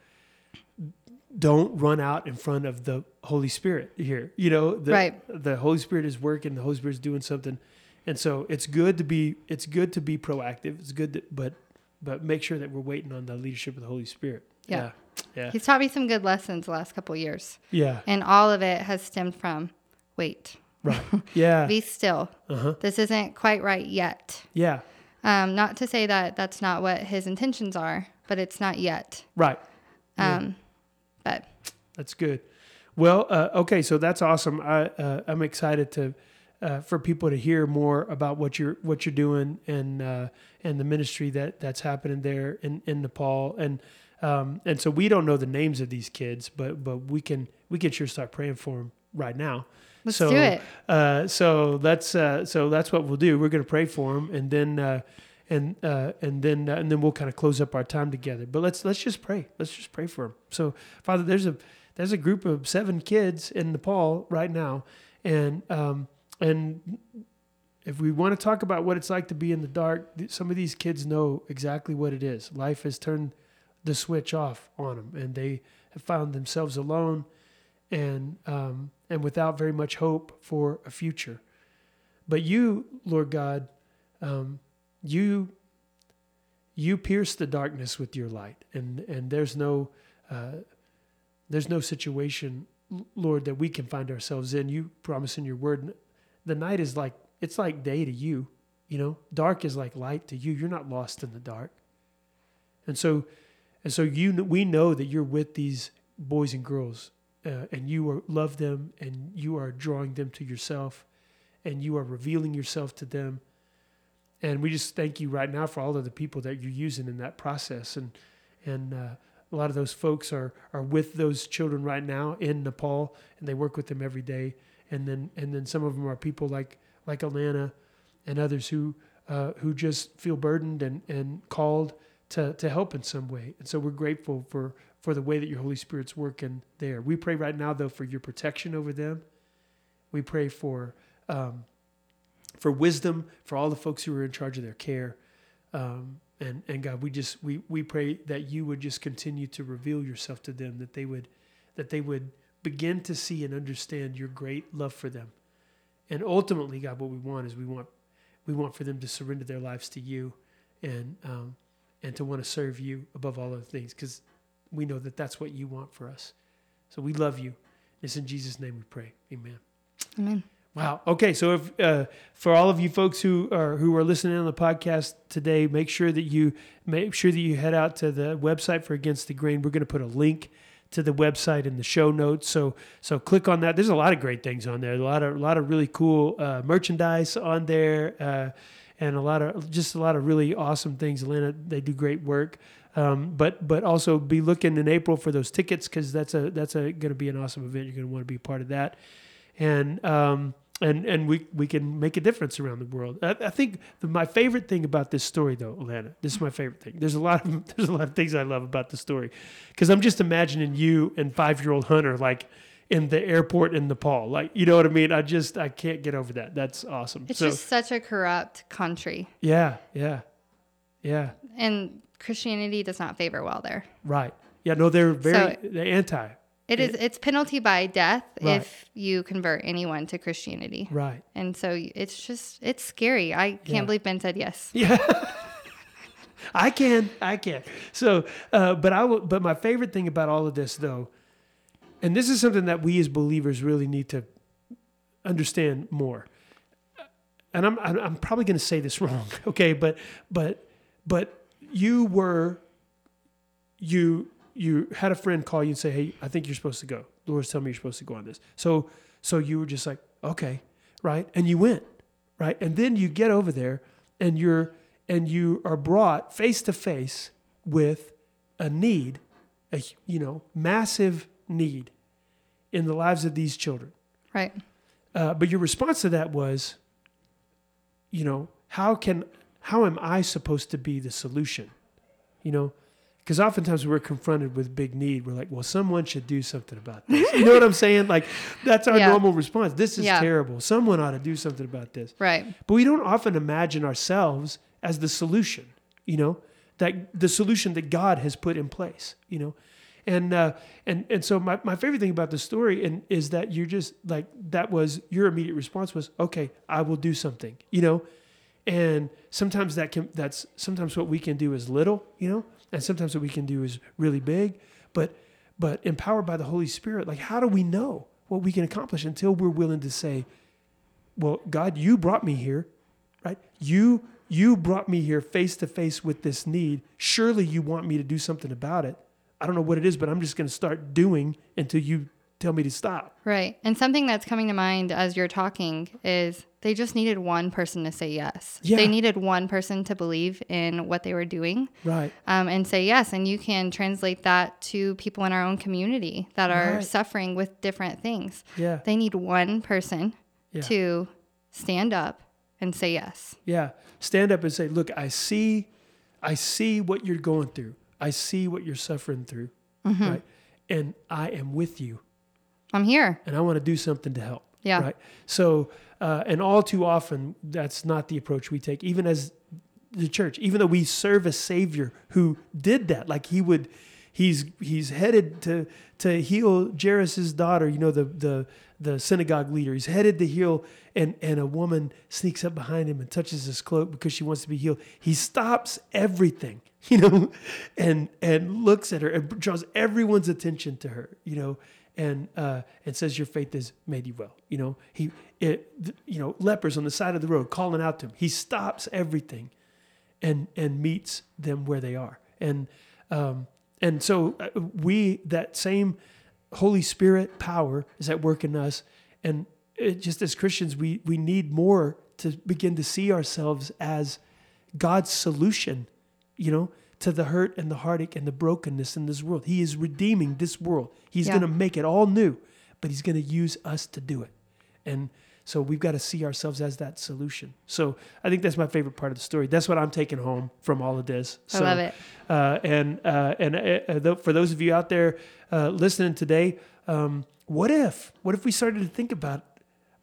Speaker 2: don't run out in front of the Holy Spirit here. You know, the,
Speaker 3: Right.
Speaker 2: The Holy Spirit is working. The Holy Spirit is doing something, and so it's good to be it's good to be proactive. It's good, to, but but make sure that we're waiting on the leadership of the Holy Spirit.
Speaker 3: Yeah.
Speaker 2: yeah, yeah.
Speaker 3: He's taught me some good lessons the last couple years,
Speaker 2: yeah.
Speaker 3: and all of it has stemmed from wait,
Speaker 2: Right. Yeah.
Speaker 3: *laughs* be still.
Speaker 2: Uh-huh.
Speaker 3: This isn't quite right yet.
Speaker 2: Yeah.
Speaker 3: Um, not to say that that's not what his intentions are, but it's not yet.
Speaker 2: Right.
Speaker 3: Um, But
Speaker 2: That's good. Well, uh, okay, so that's awesome. I uh, I'm excited to uh, for people to hear more about what you're what you're doing and uh, and the ministry that that's happening there in, in Nepal and um, and so we don't know the names of these kids, but but we can we can sure start praying for them right now.
Speaker 3: Let's
Speaker 2: so,
Speaker 3: do it.
Speaker 2: Uh, so that's uh, so that's what we'll do. We're going to pray for them, and then uh, and uh, and then uh, and then we'll kind of close up our time together. But let's let's just pray. Let's just pray for them. So Father, there's a there's a group of seven kids in Nepal right now, and um, and if we want to talk about what it's like to be in the dark, th- some of these kids know exactly what it is. Life has turned the switch off on them, and they have found themselves alone and um, and without very much hope for a future. But you, Lord God, um, you you pierce the darkness with your light, and and there's no uh, there's no situation, L- Lord, that we can find ourselves in. You promise in your word, the night is like it's like day to you. You know, dark is like light to you. You're not lost in the dark, and so and so you kn- we know that you're with these boys and girls uh, and you are, love them and you are drawing them to yourself and you are revealing yourself to them and we just thank you right now for all of the people that you're using in that process and and uh, a lot of those folks are are with those children right now in Nepal and they work with them every day and then and then some of them are people like like Alana and others who uh, who just feel burdened and and called to to help in some way. And so we're grateful for for the way that your Holy Spirit's working there. We pray right now though for your protection over them. We pray for um, for wisdom for all the folks who are in charge of their care. Um, and and God, we just we we pray that you would just continue to reveal yourself to them, that they would that they would begin to see and understand your great love for them. And ultimately, God, what we want is we want we want for them to surrender their lives to you, and um, and to want to serve you above all other things, because we know that that's what you want for us. So we love you. It's in Jesus' name we pray. Amen.
Speaker 3: Amen.
Speaker 2: Wow. Okay. So, if, uh, for all of you folks who are who are listening on the podcast today, make sure that you make sure that you head out to the website for Against the Grain. We're going to put a link to the website in the show notes. So, so click on that. There's a lot of great things on there. A lot of a lot of really cool uh, merchandise on there, uh, and a lot of just a lot of really awesome things. Atlanta, they do great work. Um, but but also be looking in April for those tickets because that's a that's a going to be an awesome event. You're going to want to be a part of that. And um, and and we we can make a difference around the world. I, I think the, my favorite thing about this story, though, Alana, this is my favorite thing. There's a lot of *laughs* there's a lot of things I love about the story, because I'm just imagining you and five year old Hunter like in the airport in Nepal, like you know what I mean. I just I can't get over that. That's awesome.
Speaker 3: It's
Speaker 2: so
Speaker 3: just such a corrupt country,
Speaker 2: yeah, yeah, yeah.
Speaker 3: and Christianity does not favor well there.
Speaker 2: Right. Yeah. No, they're very
Speaker 3: So-
Speaker 2: they're anti.
Speaker 3: It is it's penalty by death
Speaker 2: Right.
Speaker 3: if you convert anyone to Christianity.
Speaker 2: Right.
Speaker 3: And so it's just it's scary. I can't
Speaker 2: Yeah.
Speaker 3: believe Ben said yes.
Speaker 2: Yeah. I can, I can. So, uh, but I will. But my favorite thing about all of this, though, and this is something that we as believers really need to understand more. And I'm I'm I'm probably going to say this *laughs* wrong, okay? But but but you were you you had a friend call you and say, "Hey, I think you're supposed to go." The Lord's telling me you're supposed to go on this. So so you were just like, "Okay, right?" And you went, right? And then you get over there and you're and you are brought face to face with a need, a hu- you know, massive need in the lives of these children.
Speaker 3: Right.
Speaker 2: Uh, but your response to that was, you know, how can how am I supposed to be the solution? You know, because oftentimes we're confronted with big need. We're like, well, someone should do something about this. You know what I'm saying? Like, that's our
Speaker 3: *laughs* Yeah.
Speaker 2: normal response. This is
Speaker 3: Yeah.
Speaker 2: terrible. Someone ought to do something about this.
Speaker 3: Right.
Speaker 2: But we don't often imagine ourselves as the solution, you know, that the solution that God has put in place, you know. And uh, and and so my, my favorite thing about the story and is that you're just like that was your immediate response was okay I will do something you know, and sometimes that can that's sometimes what we can do is little you know and sometimes what we can do is really big, but but empowered by the Holy Spirit like how do we know what we can accomplish until we're willing to say well god you brought me here right you you brought me here face to face with this need surely you want me to do something about it i don't know what it is but i'm just going to start doing until you tell me to stop
Speaker 3: Right. And something that's coming to mind as you're talking is they just needed one person to say yes.
Speaker 2: Yeah.
Speaker 3: They needed one person to believe in what they were doing
Speaker 2: right
Speaker 3: um, and say yes. And you can translate that to people in our own community that are
Speaker 2: Right.
Speaker 3: suffering with different things.
Speaker 2: yeah
Speaker 3: They need one person
Speaker 2: Yeah.
Speaker 3: to stand up and say yes.
Speaker 2: yeah stand up and say look i see i see what you're going through i see what you're suffering through right and i am with you
Speaker 3: I'm here.
Speaker 2: and I want to do something to help.
Speaker 3: Yeah.
Speaker 2: Right. So, uh, and all too often, that's not the approach we take, even as the church, even though we serve a Savior who did that. Like he would, he's he's headed to to heal Jairus's daughter. You know the the the synagogue leader. He's headed to heal, and and a woman sneaks up behind him and touches his cloak because she wants to be healed. He stops everything, *laughs* you know, and and looks at her and draws everyone's attention to her, you know, and uh, and says, "Your faith has made you well." You know, he, it, th- you know, lepers on the side of the road calling out to him. He stops everything, and and meets them where they are. And um, and so uh, we that same Holy Spirit power is at work in us, and it, just as Christians, we we need more to begin to see ourselves as God's solution, you know, to the hurt and the heartache and the brokenness in this world. He is redeeming this world. He's
Speaker 3: Yeah.
Speaker 2: going to make it all new, but he's going to use us to do it. And So we've got to see ourselves as that solution. So I think that's my favorite part of the story. That's what I'm taking home from all of this.
Speaker 3: I
Speaker 2: So,
Speaker 3: love it.
Speaker 2: Uh, and uh, and uh, uh, th- for those of you out there uh, listening today, um, what if? What if we started to think about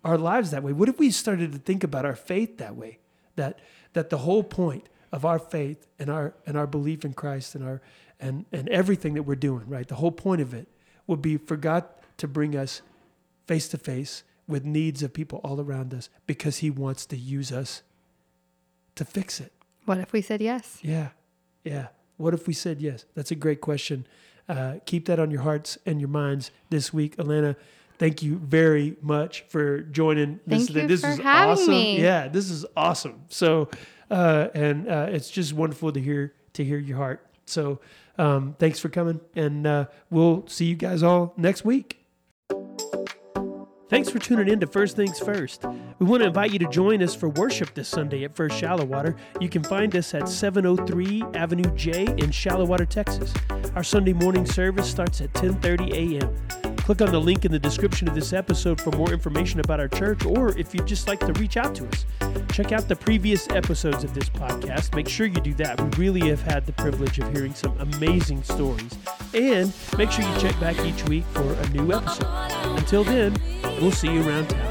Speaker 2: our lives that way? What if we started to think about our faith that way? That that the whole point of our faith and our and our belief in Christ and our and and everything that we're doing, right? The whole point of it would be for God to bring us face to face with needs of people all around us because He wants to use us to fix it.
Speaker 3: What if we said yes?
Speaker 2: Yeah. Yeah. What if we said yes? That's a great question. Uh, keep that on your hearts and your minds this week. Alana, thank you very much for joining. This,
Speaker 3: Thank you
Speaker 2: this
Speaker 3: for
Speaker 2: is
Speaker 3: having
Speaker 2: awesome.
Speaker 3: me.
Speaker 2: Yeah, this is awesome. So, uh, and uh, it's just wonderful to hear to hear your heart. So, um, thanks for coming, and uh, we'll see you guys all next week. Thanks for tuning in to First Things First. We want to invite you to join us for worship this Sunday at First Shallow Water. You can find us at 703 Avenue J in Shallow Water, Texas. Our Sunday morning service starts at 10:30 a.m. Click on the link in the description of this episode for more information about our church or if you'd just like to reach out to us. Check out the previous episodes of this podcast. Make sure you do that. We really have had the privilege of hearing some amazing stories. And make sure you check back each week for a new episode. Until then, we'll see you around town.